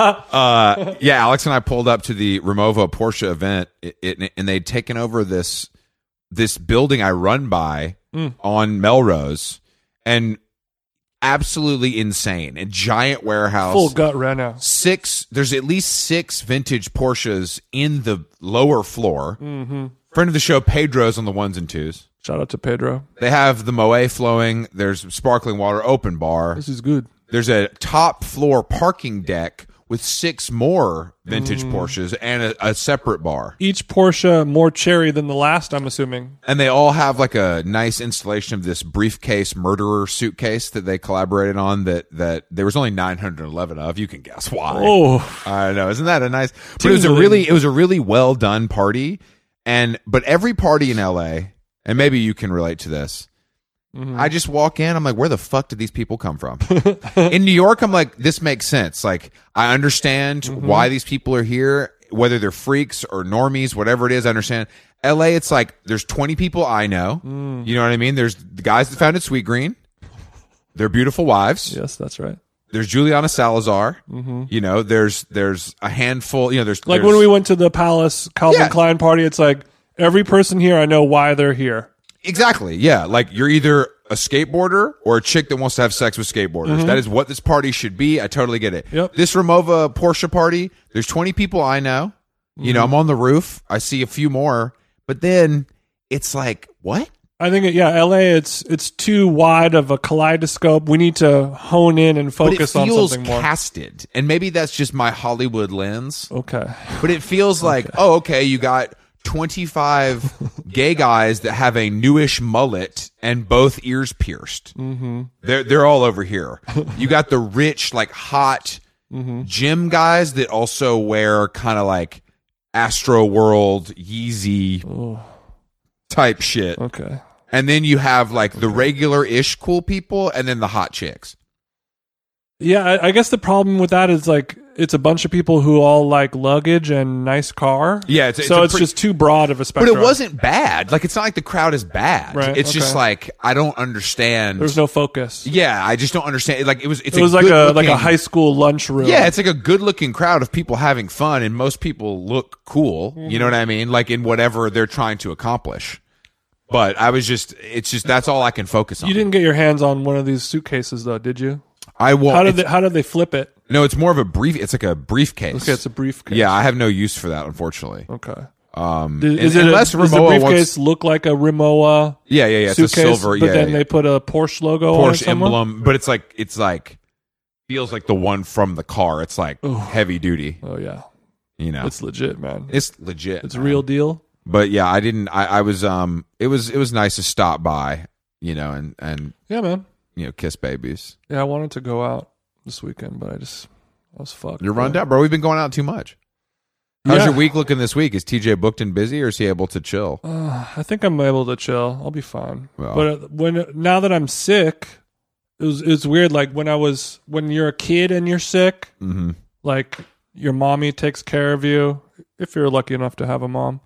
Speaker 2: uh, yeah, Alex and I pulled up to the Remova Porsche event, it, it, and they'd taken over this this building I run by on Melrose, and absolutely insane. A giant warehouse.
Speaker 1: Full gut Renault.
Speaker 2: Six. There's at least six vintage Porsches in the lower floor. Mm-hmm. Friend of the show, Pedro's on the ones and twos.
Speaker 1: Shout out to Pedro.
Speaker 2: They have the Moe flowing. There's sparkling water, open bar.
Speaker 1: This is good.
Speaker 2: There's a top floor parking deck with six more vintage Porsches and a, a separate bar.
Speaker 1: Each Porsche more cherry than the last, I'm assuming.
Speaker 2: And they all have like a nice installation of this briefcase murderer suitcase that they collaborated on that, that there was only 911 of. You can guess why.
Speaker 1: Oh,
Speaker 2: I know. Isn't that a nice, but it was a
Speaker 1: Tingling.
Speaker 2: really, it was a really well done party. And, but every party in LA, and maybe you can relate to this. I just walk in. I'm like, where the fuck did these people come from? in New York, I'm like, this makes sense. Like, I understand why these people are here, whether they're freaks or normies, whatever it is. I understand. LA, it's like there's 20 people I know. You know what I mean? There's the guys that founded Sweet Green, their beautiful wives
Speaker 1: yes, that's right.
Speaker 2: there's Juliana Salazar. You know, there's there's a handful. You know, there's
Speaker 1: Mm-hmm. Like
Speaker 2: there's-
Speaker 1: when we went to the Palace Calvin
Speaker 2: Yeah.
Speaker 1: Klein party, it's like every person here, I know why they're here.
Speaker 2: exactly yeah. Like you're either a skateboarder or a chick that wants to have sex with skateboarders. That is what this party should be. I totally get it.
Speaker 1: Mm-hmm. Yep.
Speaker 2: This Remova Porsche party. There's 20 people I know. You
Speaker 1: Mm-hmm.
Speaker 2: know, I'm on the roof. I see a few more, but then it's like what?
Speaker 1: I think, it, yeah, LA, it's it's too wide of a kaleidoscope. We need to hone in and
Speaker 2: But it
Speaker 1: focus on
Speaker 2: feels
Speaker 1: something more.
Speaker 2: casted, and maybe that's just my Hollywood lens.
Speaker 1: okay.
Speaker 2: But it feels like, oh, okay, you got 25 gay guys that have a newish mullet and both ears pierced. Mm-hmm. They're, they're all over here. You got the rich, like hot
Speaker 1: Mm-hmm.
Speaker 2: gym guys that also wear kind of like Astro World, Yeezy type shit.
Speaker 1: Okay.
Speaker 2: And then you have like the regular ish cool people and then the hot chicks.
Speaker 1: Yeah, I, I guess the problem with that is like it's a bunch of people who all like luggage and nice car.
Speaker 2: Yeah, it's- it's
Speaker 1: so
Speaker 2: a
Speaker 1: it's
Speaker 2: pretty-
Speaker 1: just too broad of a
Speaker 2: But
Speaker 1: spectrum.
Speaker 2: it wasn't bad. Like, it's not like the crowd is bad.
Speaker 1: Right,
Speaker 2: it's just
Speaker 1: okay.
Speaker 2: like, I don't understand.
Speaker 1: There's no focus.
Speaker 2: Yeah, I just don't understand. Like it was, it's
Speaker 1: It was like a like a
Speaker 2: good-looking-
Speaker 1: high school lunchroom.
Speaker 2: Yeah, it's like a good-looking crowd of people having fun, and most people look cool. You know what I mean? Like in whatever they're trying to accomplish. But I was just, it's just that's all I can focus on.
Speaker 1: You didn't get your hands on one of these suitcases though, did you?
Speaker 2: I won't.
Speaker 1: How did
Speaker 2: it's-
Speaker 1: they, how did they flip it?
Speaker 2: no, it's more of a brief. It's like a briefcase.
Speaker 1: Okay, it's a briefcase.
Speaker 2: yeah, I have no use for that, unfortunately.
Speaker 1: Okay.
Speaker 2: Um,
Speaker 1: Did, is
Speaker 2: un-
Speaker 1: it a,
Speaker 2: unless
Speaker 1: does the
Speaker 2: Rimowa
Speaker 1: briefcase
Speaker 2: wants,
Speaker 1: look like a Rimowa
Speaker 2: yeah, yeah, yeah, it's
Speaker 1: suitcase?
Speaker 2: a silver,
Speaker 1: but
Speaker 2: yeah,
Speaker 1: then
Speaker 2: yeah,
Speaker 1: they put a Porsche logo on it
Speaker 2: Porsche
Speaker 1: somewhere?
Speaker 2: emblem, but it's like it's like feels like the one from the car. It's like heavy duty,
Speaker 1: Oh yeah,
Speaker 2: you know.
Speaker 1: it's legit, man.
Speaker 2: It's legit.
Speaker 1: It's a real deal.
Speaker 2: But yeah, I didn't. I, I was. Um, it was. It was nice to stop by. You know, and and
Speaker 1: Yeah, man.
Speaker 2: you know, kiss babies.
Speaker 1: Yeah, I wanted to go out this weekend, but I just I was fucked.
Speaker 2: You're
Speaker 1: bro.
Speaker 2: run down, bro. We've been going out too much. How's
Speaker 1: Yeah.
Speaker 2: your week looking this week? Is TJ booked and busy, or is he able to chill?
Speaker 1: Uh, I think I'm able to chill. I'll be fine.
Speaker 2: Well.
Speaker 1: But uh, when now that I'm sick, it was it's weird. Like when I was when you're a kid and you're sick,
Speaker 2: Mhm.
Speaker 1: like your mommy takes care of you if you're lucky enough to have a mom.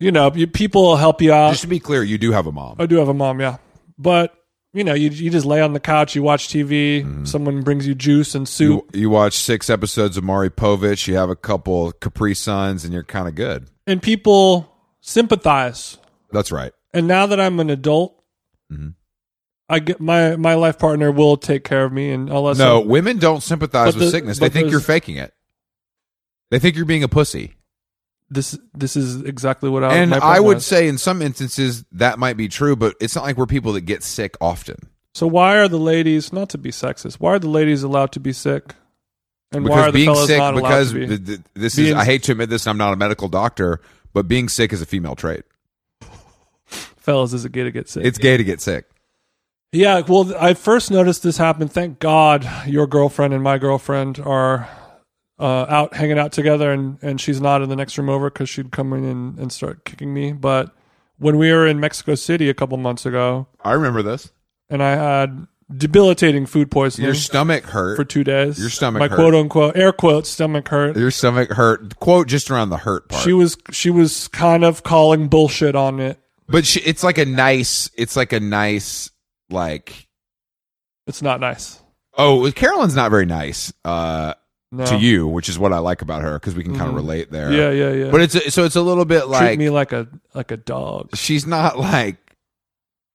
Speaker 1: You know, you, people will help you out.
Speaker 2: Mm-hmm. Just to be clear, you do have a mom.
Speaker 1: I do have a mom, yeah. But you know, you you just lay on the couch, you watch TV. Someone brings you juice and soup,
Speaker 2: Mm-hmm. You, you watch six episodes of Mari Povich. You have a couple Capri Suns, and you're kind of good.
Speaker 1: and people sympathize.
Speaker 2: That's right.
Speaker 1: and now that I'm an adult,
Speaker 2: Mhm.
Speaker 1: I get my my life partner will take care of me, and unless
Speaker 2: no, women don't
Speaker 1: But
Speaker 2: sympathize with
Speaker 1: the-
Speaker 2: sickness. They
Speaker 1: but
Speaker 2: think
Speaker 1: there's-
Speaker 2: you're faking it. They think you're being a pussy.
Speaker 1: this this is exactly what I
Speaker 2: and
Speaker 1: Oh, my
Speaker 2: I
Speaker 1: partner
Speaker 2: would
Speaker 1: is.
Speaker 2: say in some instances that might be true, but it's not like we're people that get sick often
Speaker 1: So why are the ladies not to be sexist? Why are the ladies allowed to be sick? And why
Speaker 2: because
Speaker 1: are the
Speaker 2: being
Speaker 1: fellas
Speaker 2: sick
Speaker 1: not allowed
Speaker 2: because
Speaker 1: to be?
Speaker 2: th- th- this is
Speaker 1: Being-
Speaker 2: I hate to admit this, and I'm not a medical doctor, but being sick is a female trait.
Speaker 1: fellas, is it gay to get sick?
Speaker 2: It's gay to get sick.
Speaker 1: yeah. Well, th- I first noticed this happen. Thank God, your girlfriend and my girlfriend are. Uh, out hanging out together, and, and she's not in the next room over because she'd come in and, and start kicking me. But when we were in Mexico City a couple months ago,
Speaker 2: I remember this.
Speaker 1: and I had debilitating food poisoning
Speaker 2: Your stomach hurt.
Speaker 1: for two days.
Speaker 2: your stomach
Speaker 1: my
Speaker 2: hurt.
Speaker 1: quote unquote air quote stomach hurt.
Speaker 2: your stomach hurt. Quote just around the hurt part.
Speaker 1: She was she was kind of calling bullshit on it.
Speaker 2: but she, it's like a nice. It's like a nice like.
Speaker 1: It's not nice.
Speaker 2: Oh, Carolyn's not very nice uh,
Speaker 1: No.
Speaker 2: to you, which is what I like about her because we can kind of relate there.
Speaker 1: Mm-hmm. Yeah, yeah, yeah.
Speaker 2: But it's a, so it's a little bit
Speaker 1: Treat
Speaker 2: like
Speaker 1: me like a like a dog.
Speaker 2: she's not like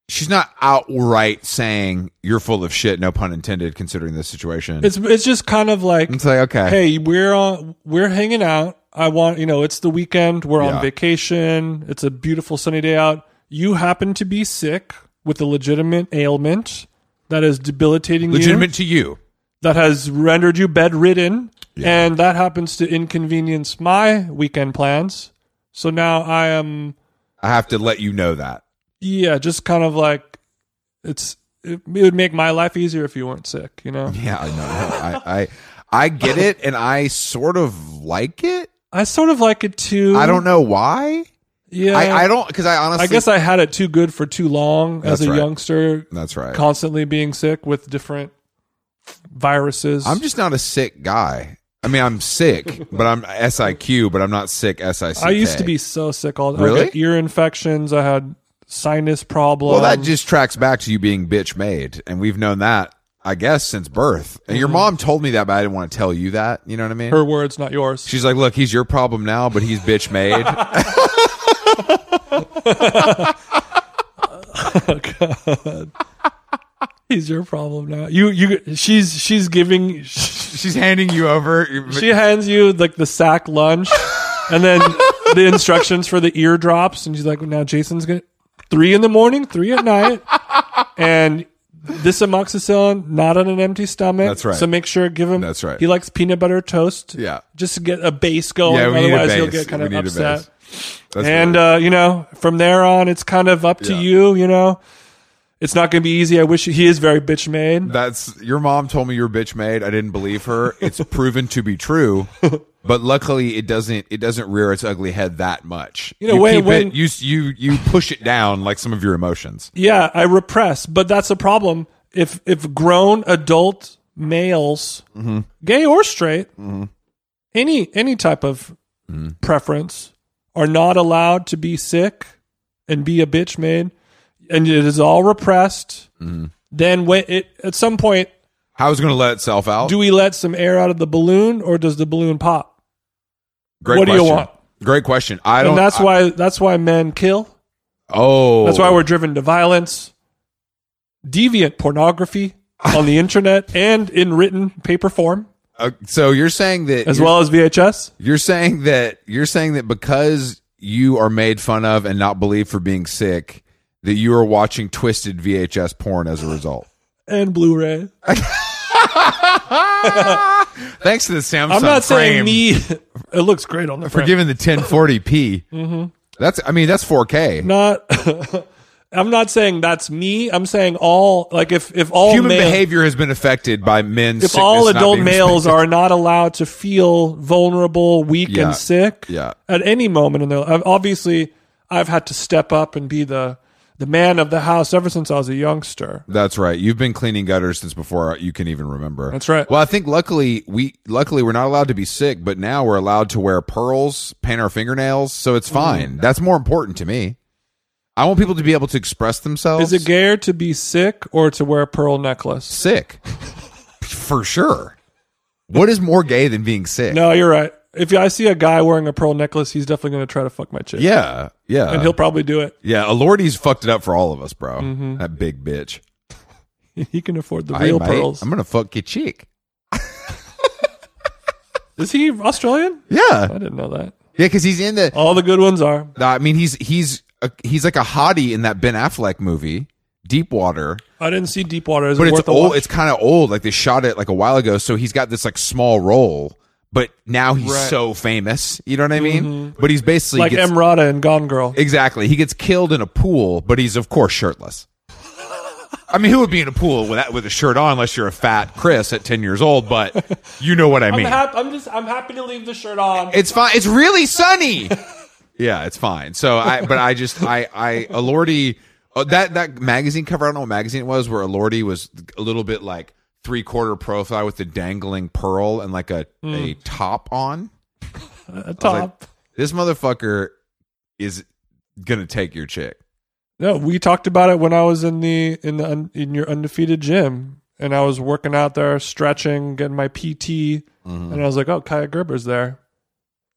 Speaker 2: she's not outright saying you're full of shit. No pun intended. Considering this situation,
Speaker 1: It's it's just kind of like
Speaker 2: it's like okay,
Speaker 1: hey, we're on, we're hanging out. I want you know, it's the weekend. We're
Speaker 2: Yeah.
Speaker 1: on vacation. It's a beautiful sunny day out. You happen to be sick with a legitimate ailment that is debilitating
Speaker 2: legitimate to you.
Speaker 1: you, that has rendered you bedridden, and that happens to inconvenience my weekend plans. So now I am,
Speaker 2: I have to let you know that.
Speaker 1: yeah, just kind of like it's. It, it would make my life easier if you weren't sick, you know.
Speaker 2: Yeah, I know. I, I I get it, and I sort of like it.
Speaker 1: I sort of like it too.
Speaker 2: I don't know why.
Speaker 1: Yeah,
Speaker 2: I, I don't because I honestly.
Speaker 1: I guess I had it too good for too long as
Speaker 2: That's
Speaker 1: a
Speaker 2: right.
Speaker 1: youngster,
Speaker 2: that's right.
Speaker 1: constantly being sick with different viruses.
Speaker 2: I'm just not a sick guy. I mean, I'm sick, but I'm S I Q, but I'm not sick S I C.
Speaker 1: I used to be so sick all the
Speaker 2: Really?
Speaker 1: I got ear infections. I had sinus problems.
Speaker 2: Well, that just tracks back to you being bitch made, and we've known that, I guess, since birth. And your mom told me that, but I didn't want to tell you that. You know what I mean?
Speaker 1: Mm-hmm. her words, not yours.
Speaker 2: She's like, "Look, he's your problem now, but he's bitch made."
Speaker 1: She's your problem now. You, you. She's she's giving. She
Speaker 2: She's handing you over.
Speaker 1: hands you like the sack lunch, and then the instructions for the eardrops, and she's like, "Now Jason's gonna three in the morning, three at night, and." This amoxicillin, not on an empty stomach.
Speaker 2: That's right.
Speaker 1: So make sure give him.
Speaker 2: That's right.
Speaker 1: He likes peanut butter toast.
Speaker 2: Yeah.
Speaker 1: Just to get a base going.
Speaker 2: Yeah, we need a
Speaker 1: Otherwise, he'll
Speaker 2: base.
Speaker 1: get kind
Speaker 2: We
Speaker 1: of
Speaker 2: need a
Speaker 1: upset.
Speaker 2: base. That's
Speaker 1: And
Speaker 2: weird.
Speaker 1: uh, you know, from there on, it's kind of up to
Speaker 2: Yeah.
Speaker 1: you. You know, it's not going to be easy. I wish he is very bitch made.
Speaker 2: that's your mom told me you're bitch made. I didn't believe her. It's proven to be true, but luckily it doesn't. It doesn't rear its ugly head that much.
Speaker 1: You know, when-
Speaker 2: keep
Speaker 1: when-
Speaker 2: it, you you you push it down like some of your emotions.
Speaker 1: Yeah, I repress, but that's a problem. If if grown adult males,
Speaker 2: Mm-hmm.
Speaker 1: gay or straight, any any type of
Speaker 2: Mm-hmm.
Speaker 1: preference, are not allowed to be sick and be a bitch made, and it is all repressed.
Speaker 2: Mm-hmm.
Speaker 1: Then when it at some point,
Speaker 2: How is it going to let itself out?
Speaker 1: do we let some air out of the balloon, or does the balloon pop?
Speaker 2: Great
Speaker 1: what do you
Speaker 2: question.
Speaker 1: want?
Speaker 2: Great question. I
Speaker 1: and
Speaker 2: don't.
Speaker 1: that's
Speaker 2: I-
Speaker 1: why that's why men kill.
Speaker 2: Oh,
Speaker 1: That's why we're driven to violence, deviant pornography on the internet and in written paper form,
Speaker 2: Uh, so you're saying that
Speaker 1: as
Speaker 2: you're,
Speaker 1: well as VHS.
Speaker 2: You're saying that you're saying that because you are made fun of and not believed for being sick, that you are watching twisted VHS porn as a result.
Speaker 1: And Blu-ray.
Speaker 2: Thanks to the Samsung
Speaker 1: I'm not saying
Speaker 2: frame
Speaker 1: me. It looks great on the
Speaker 2: for
Speaker 1: frame.
Speaker 2: giving the 1040p.
Speaker 1: Mm-hmm.
Speaker 2: That's I mean that's 4K.
Speaker 1: Not. I'm not saying that's me. I'm saying all like if if all
Speaker 2: Human
Speaker 1: male-
Speaker 2: behavior has been affected by men's.
Speaker 1: if
Speaker 2: sickness
Speaker 1: all
Speaker 2: not
Speaker 1: adult
Speaker 2: being-
Speaker 1: males are not allowed to feel vulnerable, weak,
Speaker 2: Yeah.
Speaker 1: and sick
Speaker 2: Yeah.
Speaker 1: at any moment in their life, obviously, I've had to step up and be the the man of the house ever since I was a youngster.
Speaker 2: That's right. You've been cleaning gutters since before you can even remember.
Speaker 1: That's right.
Speaker 2: Well, I think luckily we luckily we're not allowed to be sick, but now we're allowed to wear pearls, paint our fingernails, so
Speaker 1: Mm.
Speaker 2: it's fine. That's more important to me. I want people to be able to express themselves.
Speaker 1: Is it gayer to be sick or to wear a pearl necklace?
Speaker 2: sick? For sure. What is more gay than being sick?
Speaker 1: No, you're right. If I see a guy wearing a pearl necklace, he's definitely going to try to fuck my chick,
Speaker 2: Yeah. Yeah.
Speaker 1: and he'll probably do it.
Speaker 2: yeah, Alordi's fucked it up for all of us, bro. That big bitch.
Speaker 1: He can afford the Mm-hmm.
Speaker 2: Hey,
Speaker 1: real
Speaker 2: mate,
Speaker 1: pearls.
Speaker 2: I'm gonna fuck your chick.
Speaker 1: Is he Australian?
Speaker 2: Yeah.
Speaker 1: I didn't know that.
Speaker 2: Yeah, because he's in the
Speaker 1: All the good ones are.
Speaker 2: No, I mean he's he's a, he's like a hottie in that Ben Affleck movie, Deep Water,
Speaker 1: I didn't see Deepwater. Is
Speaker 2: but
Speaker 1: it
Speaker 2: it's
Speaker 1: worth a
Speaker 2: old.
Speaker 1: watch?
Speaker 2: It's kind of old. Like they shot it like a while ago, so he's got this like small role. But now he's
Speaker 1: Right. Mm-hmm.
Speaker 2: so famous, you know what I mean? But he's basically
Speaker 1: like
Speaker 2: gets,
Speaker 1: Emrata and Gone Girl.
Speaker 2: exactly he gets killed in a pool, but he's of course shirtless. I mean, who would be in a pool with that, with a shirt on unless you're a fat Chris at ten years old? But you know what I mean.
Speaker 1: I'm, hap- I'm just I'm happy to leave the shirt on.
Speaker 2: It's fine. It's really sunny. yeah, it's fine. So I, but I just, I, I, Alordi, oh, that, that magazine cover, I don't know what magazine it was, where Alordi was a little bit like three quarter profile with the dangling pearl and like a, a top on.
Speaker 1: a
Speaker 2: I was like,
Speaker 1: top.
Speaker 2: this motherfucker is going to take your chick.
Speaker 1: no, we talked about it when I was in the in the un, in your undefeated gym, and I was working out there, stretching, getting my PT,
Speaker 2: Mm-hmm.
Speaker 1: and I was like, oh, Kaya Gerber's there,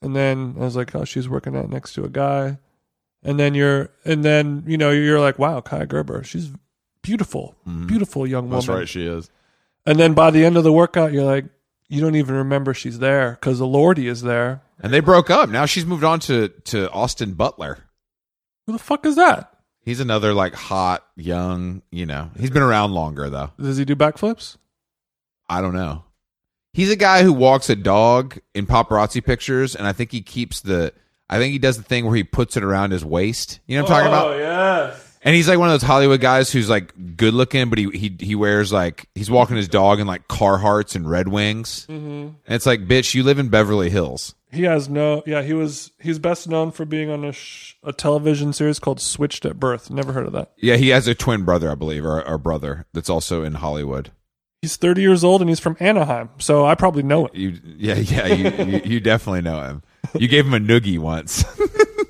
Speaker 1: and then I was like, oh, she's working out next to a guy. and then you're and then you know you're like wow Kaya Gerber she's beautiful beautiful young woman
Speaker 2: Mm-hmm. That's right, she is.
Speaker 1: and then by the end of the workout you're like you don't even remember she's there because the Lordy is there
Speaker 2: And they broke up. Now she's moved on to to Austin Butler.
Speaker 1: who the fuck is that
Speaker 2: He's another like hot, young, you know. He's been around longer though.
Speaker 1: does he do backflips
Speaker 2: I don't know. He's a guy who walks a dog in paparazzi pictures, and I think he keeps the. I think he does the thing where he puts it around his waist. You know what I'm talking
Speaker 1: Oh.
Speaker 2: about?
Speaker 1: yes
Speaker 2: And he's like one of those Hollywood guys who's like good looking, but he he he wears like he's walking his dog in like Carhartts and Red Wings,
Speaker 1: Mm-hmm.
Speaker 2: and it's like, bitch, you live in Beverly Hills.
Speaker 1: he has no yeah he was he's best known for being on a sh- a television series called Switched at Birth never heard of that
Speaker 2: Yeah, he has a twin brother, I believe, or, or brother that's also in Hollywood.
Speaker 1: he's 30 years old and he's from Anaheim so I probably know it
Speaker 2: You, yeah, yeah, you, you, you definitely know him. You gave him a noogie once.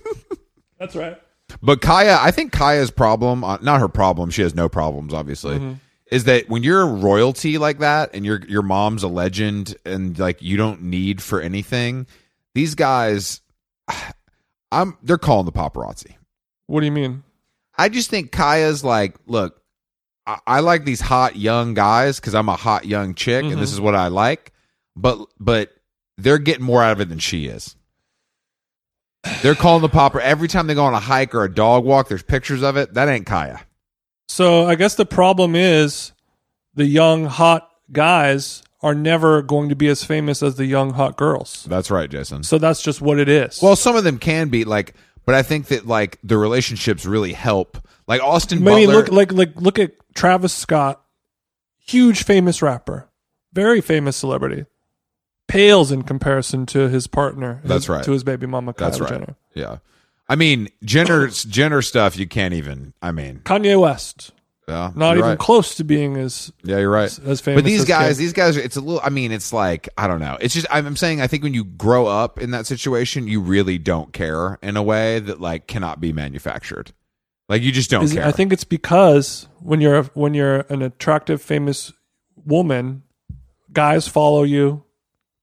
Speaker 1: that's right
Speaker 2: But Kaya, I think Kaya's problem, uh, not her problem, she has no problems, obviously, is that when you're a royalty like that and your your mom's a legend and like you don't need for anything, these guys, I'm they're calling the paparazzi.
Speaker 1: what do you mean
Speaker 2: I just think Kaya's like, look, I, I like these hot young guys because I'm a hot young chick and this is what I like, but but they're getting more out of it than she is. They're calling the popper every time they go on a hike or a dog walk. There's pictures of it. That ain't Kaya.
Speaker 1: So I guess the problem is the young hot guys are never going to be as famous as the young hot girls.
Speaker 2: That's right, Jason.
Speaker 1: So that's just what it is.
Speaker 2: Well, some of them can be like, but I think that like the relationships really help. Like Austin
Speaker 1: maybe
Speaker 2: Butler,
Speaker 1: look like like look at Travis Scott, huge famous rapper, very famous celebrity, pales in comparison to his partner.
Speaker 2: That's
Speaker 1: his-
Speaker 2: right.
Speaker 1: To his baby mama, Kylie
Speaker 2: That's right.
Speaker 1: Jenner.
Speaker 2: yeah. I mean, Jenner's Jenner stuff. You can't even. I mean,
Speaker 1: Kanye West,
Speaker 2: yeah,
Speaker 1: not
Speaker 2: you're
Speaker 1: even
Speaker 2: right.
Speaker 1: close to being as
Speaker 2: Yeah, you're right.
Speaker 1: as famous
Speaker 2: But these
Speaker 1: as
Speaker 2: guys,
Speaker 1: Kim.
Speaker 2: these guys, are, it's a little. I mean, it's like I don't know. It's just I'm, I'm saying I think when you grow up in that situation, you really don't care in a way that like cannot be manufactured. Like you just don't
Speaker 1: Is-
Speaker 2: care.
Speaker 1: I think it's because when you're when you're an attractive, famous woman, guys follow you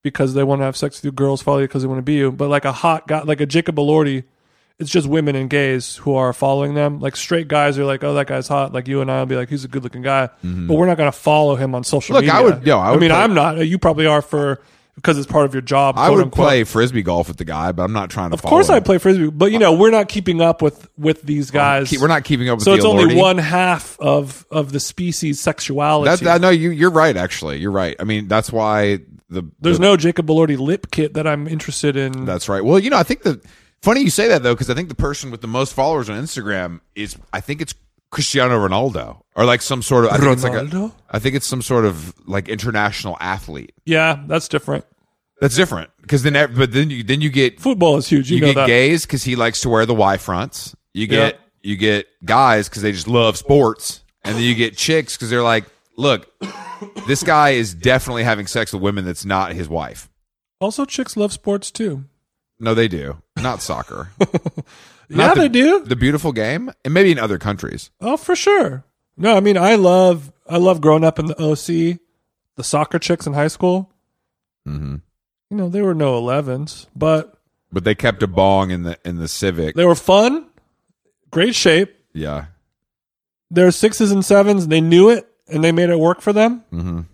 Speaker 1: because they want to have sex with you. Girls follow you because they want to be you. But like a hot guy, like a Jacob Elordi, it's just women and gays who are following them. Like straight guys are like, oh, that guy's hot. Like you and I will be like, he's a good looking guy, but we're not gonna follow him on social.
Speaker 2: Mm-hmm. Look,
Speaker 1: media.
Speaker 2: I would- yo, I would
Speaker 1: mean,
Speaker 2: play-
Speaker 1: I'm not. You probably are for because it's part of your job.
Speaker 2: I
Speaker 1: quote
Speaker 2: would
Speaker 1: unquote.
Speaker 2: play frisbee golf with the guy, but I'm not trying to.
Speaker 1: Of course, I play frisbee, but you know, we're not keeping up with with these guys.
Speaker 2: We're not keeping up with
Speaker 1: So
Speaker 2: the
Speaker 1: it's only
Speaker 2: Elordi.
Speaker 1: one half of of the species sexuality.
Speaker 2: That's that, no, you you're right. Actually, you're right. I mean, that's why the
Speaker 1: There's no Jacob Elordi lip kit that I'm interested in.
Speaker 2: That's right. Well, you know, I think the funny you say that though, because I think the person with the most followers on Instagram is, I think it's Cristiano Ronaldo or like some sort of. I think it's like a.
Speaker 1: Ronaldo?
Speaker 2: I think it's some sort of like international athlete.
Speaker 1: yeah, that's different.
Speaker 2: That's different because then, ev- but then you then you get
Speaker 1: Football is huge. You,
Speaker 2: you,
Speaker 1: know
Speaker 2: get
Speaker 1: that.
Speaker 2: gays because he likes to wear the Y fronts. You
Speaker 1: Yeah.
Speaker 2: get you get guys because they just love sports, and then you get chicks because they're like, look, this guy is definitely having sex with women that's not his wife.
Speaker 1: Also, chicks love sports too.
Speaker 2: No, they do not soccer.
Speaker 1: yeah,
Speaker 2: the-
Speaker 1: they do.
Speaker 2: the beautiful game and maybe in other countries
Speaker 1: Oh, for sure. No, I mean, I love I love growing up in the OC, the soccer chicks in high school.
Speaker 2: Mm-hmm.
Speaker 1: You know, they were no 11s, but
Speaker 2: but they kept a bong in the in the civic
Speaker 1: they were fun, great shape.
Speaker 2: yeah
Speaker 1: Their sixes and sevens. They knew it, and they made it work for them.
Speaker 2: Mhm.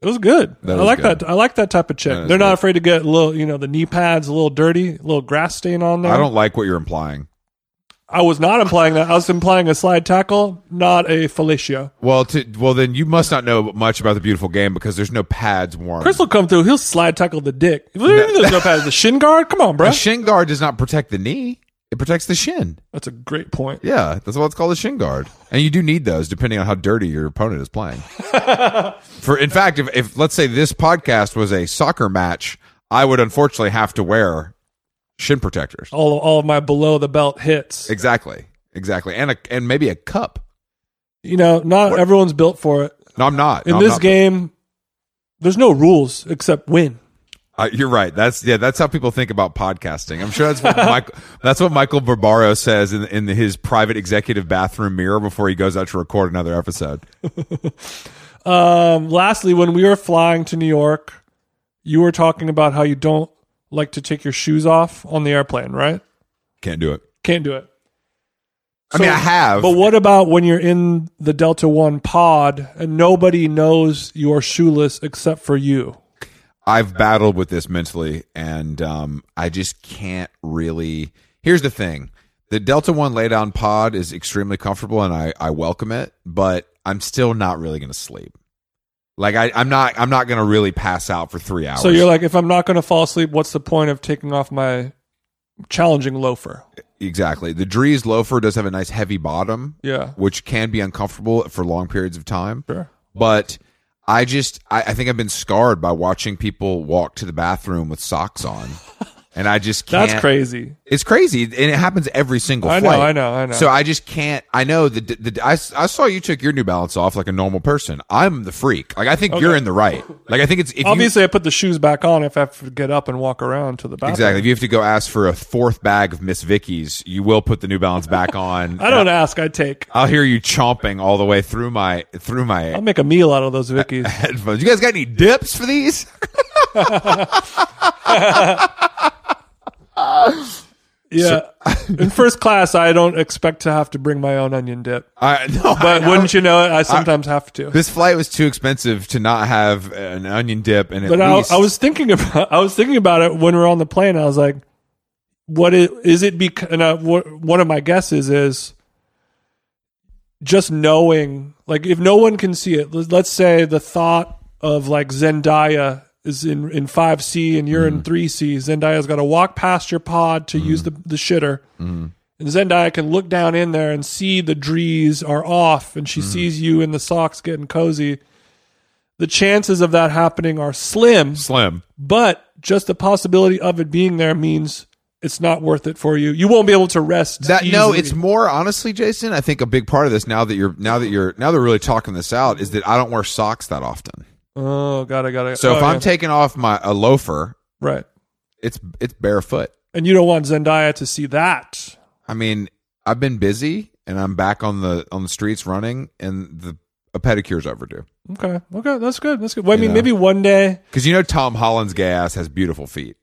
Speaker 1: It was good.
Speaker 2: That
Speaker 1: I
Speaker 2: is
Speaker 1: like
Speaker 2: good.
Speaker 1: that. I like that type of chick.
Speaker 2: That is
Speaker 1: They're not
Speaker 2: good.
Speaker 1: afraid to get a little, you know, the knee pads a little dirty, a little grass stain on there.
Speaker 2: i don't like what you're implying
Speaker 1: I was not implying that. I was implying a slide tackle, not a fellatio.
Speaker 2: well to well then you must not know much about the beautiful game because there's no pads worn
Speaker 1: Chris will come through. He'll slide tackle the dick. There's no pads. The shin guard. Come on, bro.
Speaker 2: a shin guard does not protect the knee it protects the shin
Speaker 1: That's a great point.
Speaker 2: yeah that's why it's called a shin guard and you do need those depending on how dirty your opponent is playing for in fact if, if let's say this podcast was a soccer match i would unfortunately have to wear shin protectors
Speaker 1: All all of my below the belt hits.
Speaker 2: exactly exactly and a and maybe a cup
Speaker 1: You know, not everyone's built for it.
Speaker 2: No, I'm not.
Speaker 1: In
Speaker 2: No, I'm
Speaker 1: this
Speaker 2: not.
Speaker 1: game, there's no rules except win.
Speaker 2: Uh, you're right. That's yeah. That's how people think about podcasting. I'm sure that's what Michael. That's what Michael Barbaro says in in his private executive bathroom mirror before he goes out to record another episode.
Speaker 1: Um, lastly, when we were flying to New York, you were talking about how you don't like to take your shoes off on the airplane, right?
Speaker 2: Can't do it.
Speaker 1: Can't do it.
Speaker 2: I mean, I have.
Speaker 1: But what about when you're in the Delta One pod and nobody knows you're shoeless except for you?
Speaker 2: I've battled with this mentally, and um, I just can't really. Here's the thing: the Delta One laydown pod is extremely comfortable, and I, I welcome it. But I'm still not really going to sleep. Like I, I'm not I'm not going to really pass out for three hours.
Speaker 1: So you're like, if I'm not going to fall asleep, what's the point of taking off my challenging loafer?
Speaker 2: exactly the Drees loafer does have a nice heavy bottom,
Speaker 1: Yeah.
Speaker 2: which can be uncomfortable for long periods of time.
Speaker 1: Sure.
Speaker 2: But I just I, I think I've been scarred by watching people walk to the bathroom with socks on, and I just can't.
Speaker 1: That's crazy.
Speaker 2: It's crazy, and it happens every single.
Speaker 1: I know,
Speaker 2: flight.
Speaker 1: I know, I know.
Speaker 2: So I just can't. I know the, the, I, I saw you took your New Balance off like a normal person. I'm the freak. Like I think you're in the right. Like I think it's if you,
Speaker 1: Obviously, I put the shoes back on if I have to get up and walk around to the bathroom.
Speaker 2: exactly if you have to go ask for a fourth bag of Miss Vicky's, you will put the New Balance back on.
Speaker 1: I don't ask, I take.
Speaker 2: I'll hear you chomping all the way through my through my
Speaker 1: I'll make a meal out of those Vickies.
Speaker 2: headphones. You guys got any dips for these?
Speaker 1: Yeah. In first class, I don't expect to have to bring my own onion dip.
Speaker 2: I, no,
Speaker 1: But
Speaker 2: I-
Speaker 1: wouldn't you know it? I sometimes have to.
Speaker 2: this flight was too expensive to not have an onion dip and at
Speaker 1: But I,
Speaker 2: least
Speaker 1: I was thinking about I was thinking about it when we were on the plane. I was like, "What is, is it?" Because and I, wh- one of my guesses is just knowing, like, if no one can see it. let- Let's say the thought of like Zendaya is in in five C and you're in three C. Zendaya's got to walk past your pod to use the the shitter. And Zendaya can look down in there and see the drees are off, and she
Speaker 2: Mm-hmm.
Speaker 1: sees you in the socks getting cozy. The chances of that happening are slim,
Speaker 2: slim.
Speaker 1: but just the possibility of it being there means it's not worth it for you. You won't be able to rest.
Speaker 2: That no,
Speaker 1: easily.
Speaker 2: it's more honestly, Jason. I think a big part of this now that you're now that you're now that we're really talking this out is that I don't wear socks that often.
Speaker 1: oh god, I gotta.
Speaker 2: So
Speaker 1: oh,
Speaker 2: if
Speaker 1: yeah.
Speaker 2: I'm taking off my a loafer,
Speaker 1: right,
Speaker 2: it's it's barefoot.
Speaker 1: and you don't want Zendaya to see that.
Speaker 2: I mean, I've been busy and I'm back on the on the streets running, and the a pedicure's overdue.
Speaker 1: Okay, okay, that's good. That's good. Well, I mean,
Speaker 2: know.
Speaker 1: maybe one day
Speaker 2: Because you know Tom Holland's gay ass has beautiful feet.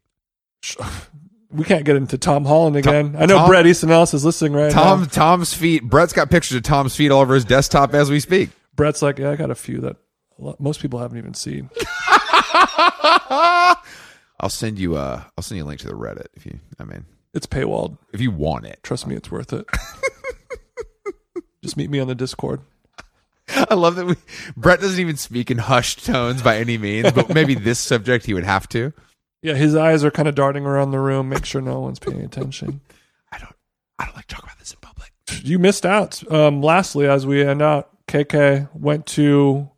Speaker 1: we can't get into Tom Holland again. I know
Speaker 2: Tom-
Speaker 1: Brett Easton Ellis is listening right
Speaker 2: Tom
Speaker 1: now.
Speaker 2: Tom's feet. Brett's got pictures of Tom's feet all over his desktop as we speak.
Speaker 1: Brett's like, yeah, I got a few that a lot- most people haven't even seen.
Speaker 2: I'll send you uh I'll send you a link to the Reddit if you I mean
Speaker 1: It's paywalled.
Speaker 2: if you want it.
Speaker 1: Trust me, it's worth it. Just meet me on the Discord.
Speaker 2: I love that we Brett doesn't even speak in hushed tones by any means, but maybe this subject he would have to.
Speaker 1: Yeah, his eyes are kind of darting around the room. Make sure no one's paying attention.
Speaker 2: I don't I don't like to talk about this in public.
Speaker 1: You missed out. Um, lastly, as we end out, KK went to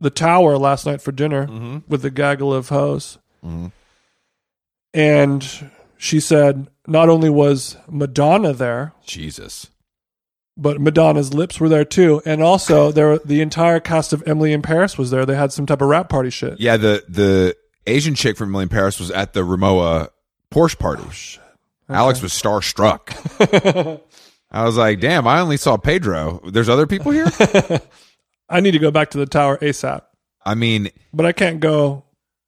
Speaker 1: the tower last night for dinner with a gaggle of hoes.
Speaker 2: Mm-hmm.
Speaker 1: And she said not only was Madonna there,
Speaker 2: Jesus.
Speaker 1: but Madonna's lips were there too. And also, there were- the entire cast of Emily in Paris was there. They had some type of rap party shit.
Speaker 2: Yeah, the the Asian chick from Million Paris was at the Ramoa Porsche party. Alex was starstruck. I was like, damn, I only saw Pedro. There's other people here?
Speaker 1: I need to go back to the tower ASAP,
Speaker 2: I mean,
Speaker 1: but I can't go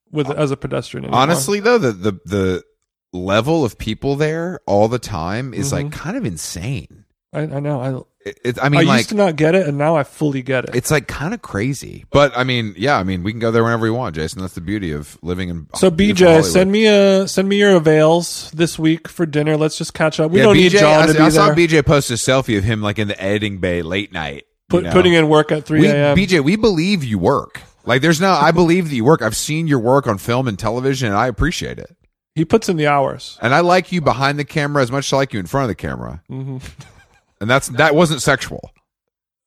Speaker 1: with as a pedestrian anymore.
Speaker 2: Uh, honestly though, the the the level of people there all the time is like kind of insane.
Speaker 1: I, I know. I,
Speaker 2: It, it, I
Speaker 1: Mm-hmm. I,
Speaker 2: mean, like
Speaker 1: used to not get it, and now I fully get it.
Speaker 2: it's like kind of crazy. But I mean, yeah, I mean, we can go there whenever we want, Jason. That's the beauty of living in
Speaker 1: So BJ,
Speaker 2: beautiful Hollywood.
Speaker 1: send me a send me your avails this week for dinner. Let's just catch up. We
Speaker 2: Yeah,
Speaker 1: don't
Speaker 2: BJ,
Speaker 1: need John
Speaker 2: I,
Speaker 1: to
Speaker 2: I
Speaker 1: be
Speaker 2: saw
Speaker 1: there.
Speaker 2: BJ post a selfie of him like in the editing bay late night,
Speaker 1: Put, Putting in uh, work at three
Speaker 2: We,
Speaker 1: a.m.
Speaker 2: BJ, we believe you work. Like, there's no, I believe that you work. I've seen your work on film and television, and I appreciate it.
Speaker 1: He puts in the hours.
Speaker 2: And I like you behind the camera as much as I like you in front of the camera.
Speaker 1: Mm-hmm.
Speaker 2: And that's that wasn't sexual.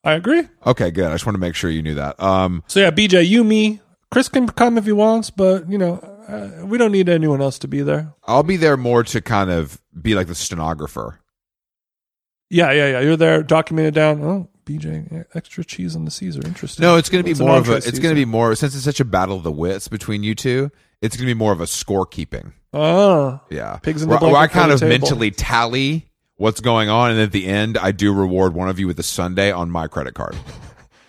Speaker 1: I agree.
Speaker 2: Okay, good. I just want to make sure you knew that. Um,
Speaker 1: So yeah, BJ, you, me, Chris can come if he wants, but you know uh, we don't need anyone else to be there.
Speaker 2: I'll be there more to kind of be like the stenographer.
Speaker 1: Yeah, yeah, yeah. You're there, documented down. Oh, BJ, extra cheese on the Caesar. Interesting.
Speaker 2: No, it's going to be
Speaker 1: an
Speaker 2: more of
Speaker 1: entree
Speaker 2: a. It's
Speaker 1: Caesar.
Speaker 2: going to be more since it's such a battle of the wits between you two. It's going to be more of a scorekeeping.
Speaker 1: ah.
Speaker 2: Yeah,
Speaker 1: Pigs in the
Speaker 2: where, where I
Speaker 1: blanket for
Speaker 2: kind
Speaker 1: the
Speaker 2: of
Speaker 1: table.
Speaker 2: mentally tally what's going on, and at the end, I do reward one of you with a Sunday on my credit card.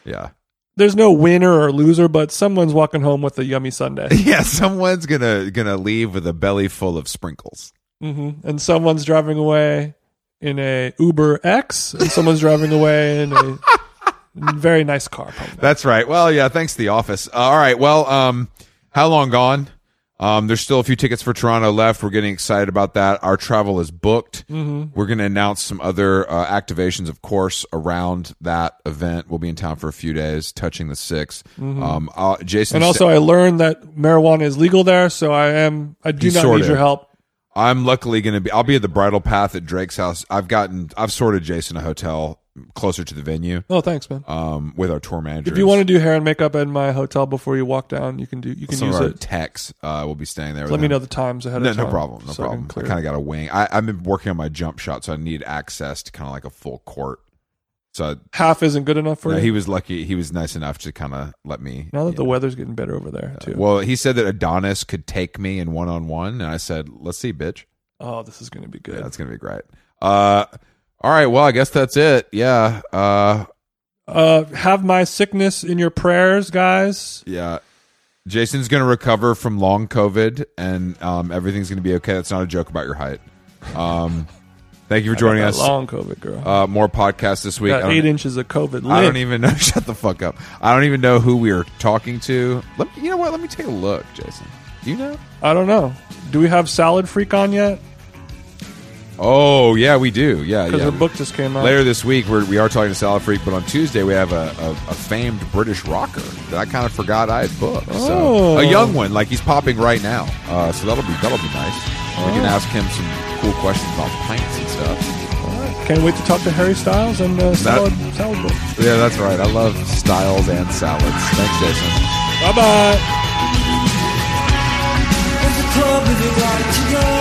Speaker 2: yeah,
Speaker 1: There's no winner or loser, but someone's walking home with a yummy Sunday.
Speaker 2: yeah. Someone's gonna gonna leave with a belly full of sprinkles.
Speaker 1: Mm-hmm. hmm And someone's driving away in a Uber X, and someone's driving away in a very nice car. probably.
Speaker 2: That's right. Well, yeah, thanks the office. Uh, all right. Well, um how long gone? Um there's still a few tickets for Toronto left. We're getting excited about that. Our travel is booked. We're going to announce some other uh, activations of course around that event. We'll be in town for a few days touching the 6. Um uh, Jason
Speaker 1: And also, I learned that marijuana is legal there, so I am. I do
Speaker 2: You
Speaker 1: not
Speaker 2: sort
Speaker 1: need your
Speaker 2: it.
Speaker 1: help.
Speaker 2: I'm luckily going to be. I'll be at the Bridal Path at Drake's house. I've gotten. I've sorted Jason a hotel closer to the venue.
Speaker 1: No, Oh, thanks, man.
Speaker 2: Um, with our tour manager.
Speaker 1: If you want to do hair and makeup in my hotel before you walk down, you can do. You can
Speaker 2: some
Speaker 1: use
Speaker 2: of our
Speaker 1: it.
Speaker 2: techs, uh, will be staying there.
Speaker 1: Let me know the times ahead
Speaker 2: No,
Speaker 1: of time.
Speaker 2: no problem. No
Speaker 1: so I can
Speaker 2: problem. I,
Speaker 1: clear
Speaker 2: kind of got a wing. I, I've been working on my jump shot, so I need access to kind of like a full court. So
Speaker 1: half isn't good enough for
Speaker 2: no,
Speaker 1: you.
Speaker 2: he was lucky. He was nice enough to kind of let me.
Speaker 1: now that the weather's getting better over there too.
Speaker 2: Well, he said that Adonis could take me in one on one, and I said, "Let's see, bitch."
Speaker 1: oh, this is going to be good.
Speaker 2: Yeah, that's gonna be great. Uh, all right. Well, I guess that's it. Yeah. Uh,
Speaker 1: uh, have my sickness in your prayers, guys.
Speaker 2: Yeah. Jason's going to recover from long COVID and um, everything's going to be okay. That's not a joke about your height. Um, thank you for joining
Speaker 1: That
Speaker 2: us.
Speaker 1: long COVID girl.
Speaker 2: Uh, more podcasts this week. I
Speaker 1: Got
Speaker 2: don't, e-
Speaker 1: eight inches of COVID.
Speaker 2: I don't
Speaker 1: Lit.
Speaker 2: even know. Shut the fuck up. I don't even know who we are talking to. Let me, you know what? Let me take a look, Jason. Do you know?
Speaker 1: I don't know. Do we have Salad Freak on yet?
Speaker 2: Oh, yeah, we do. Yeah,
Speaker 1: Because
Speaker 2: yeah.
Speaker 1: the book just came out.
Speaker 2: Later this week, we're, we are talking to Salad Freak, but on Tuesday, we have a, a, a famed British rocker that I kind of forgot I had booked. So,
Speaker 1: Oh.
Speaker 2: a young one, like he's popping right now. Uh, so that'll be that'll be nice. We can ask him some cool questions about pints and stuff.
Speaker 1: Can't wait to talk to Harry Styles and uh, Salad, salad Book.
Speaker 2: Yeah, that's right. I love styles and salads. Thanks, Jason.
Speaker 1: Bye bye.
Speaker 3: It's a club with a right to go.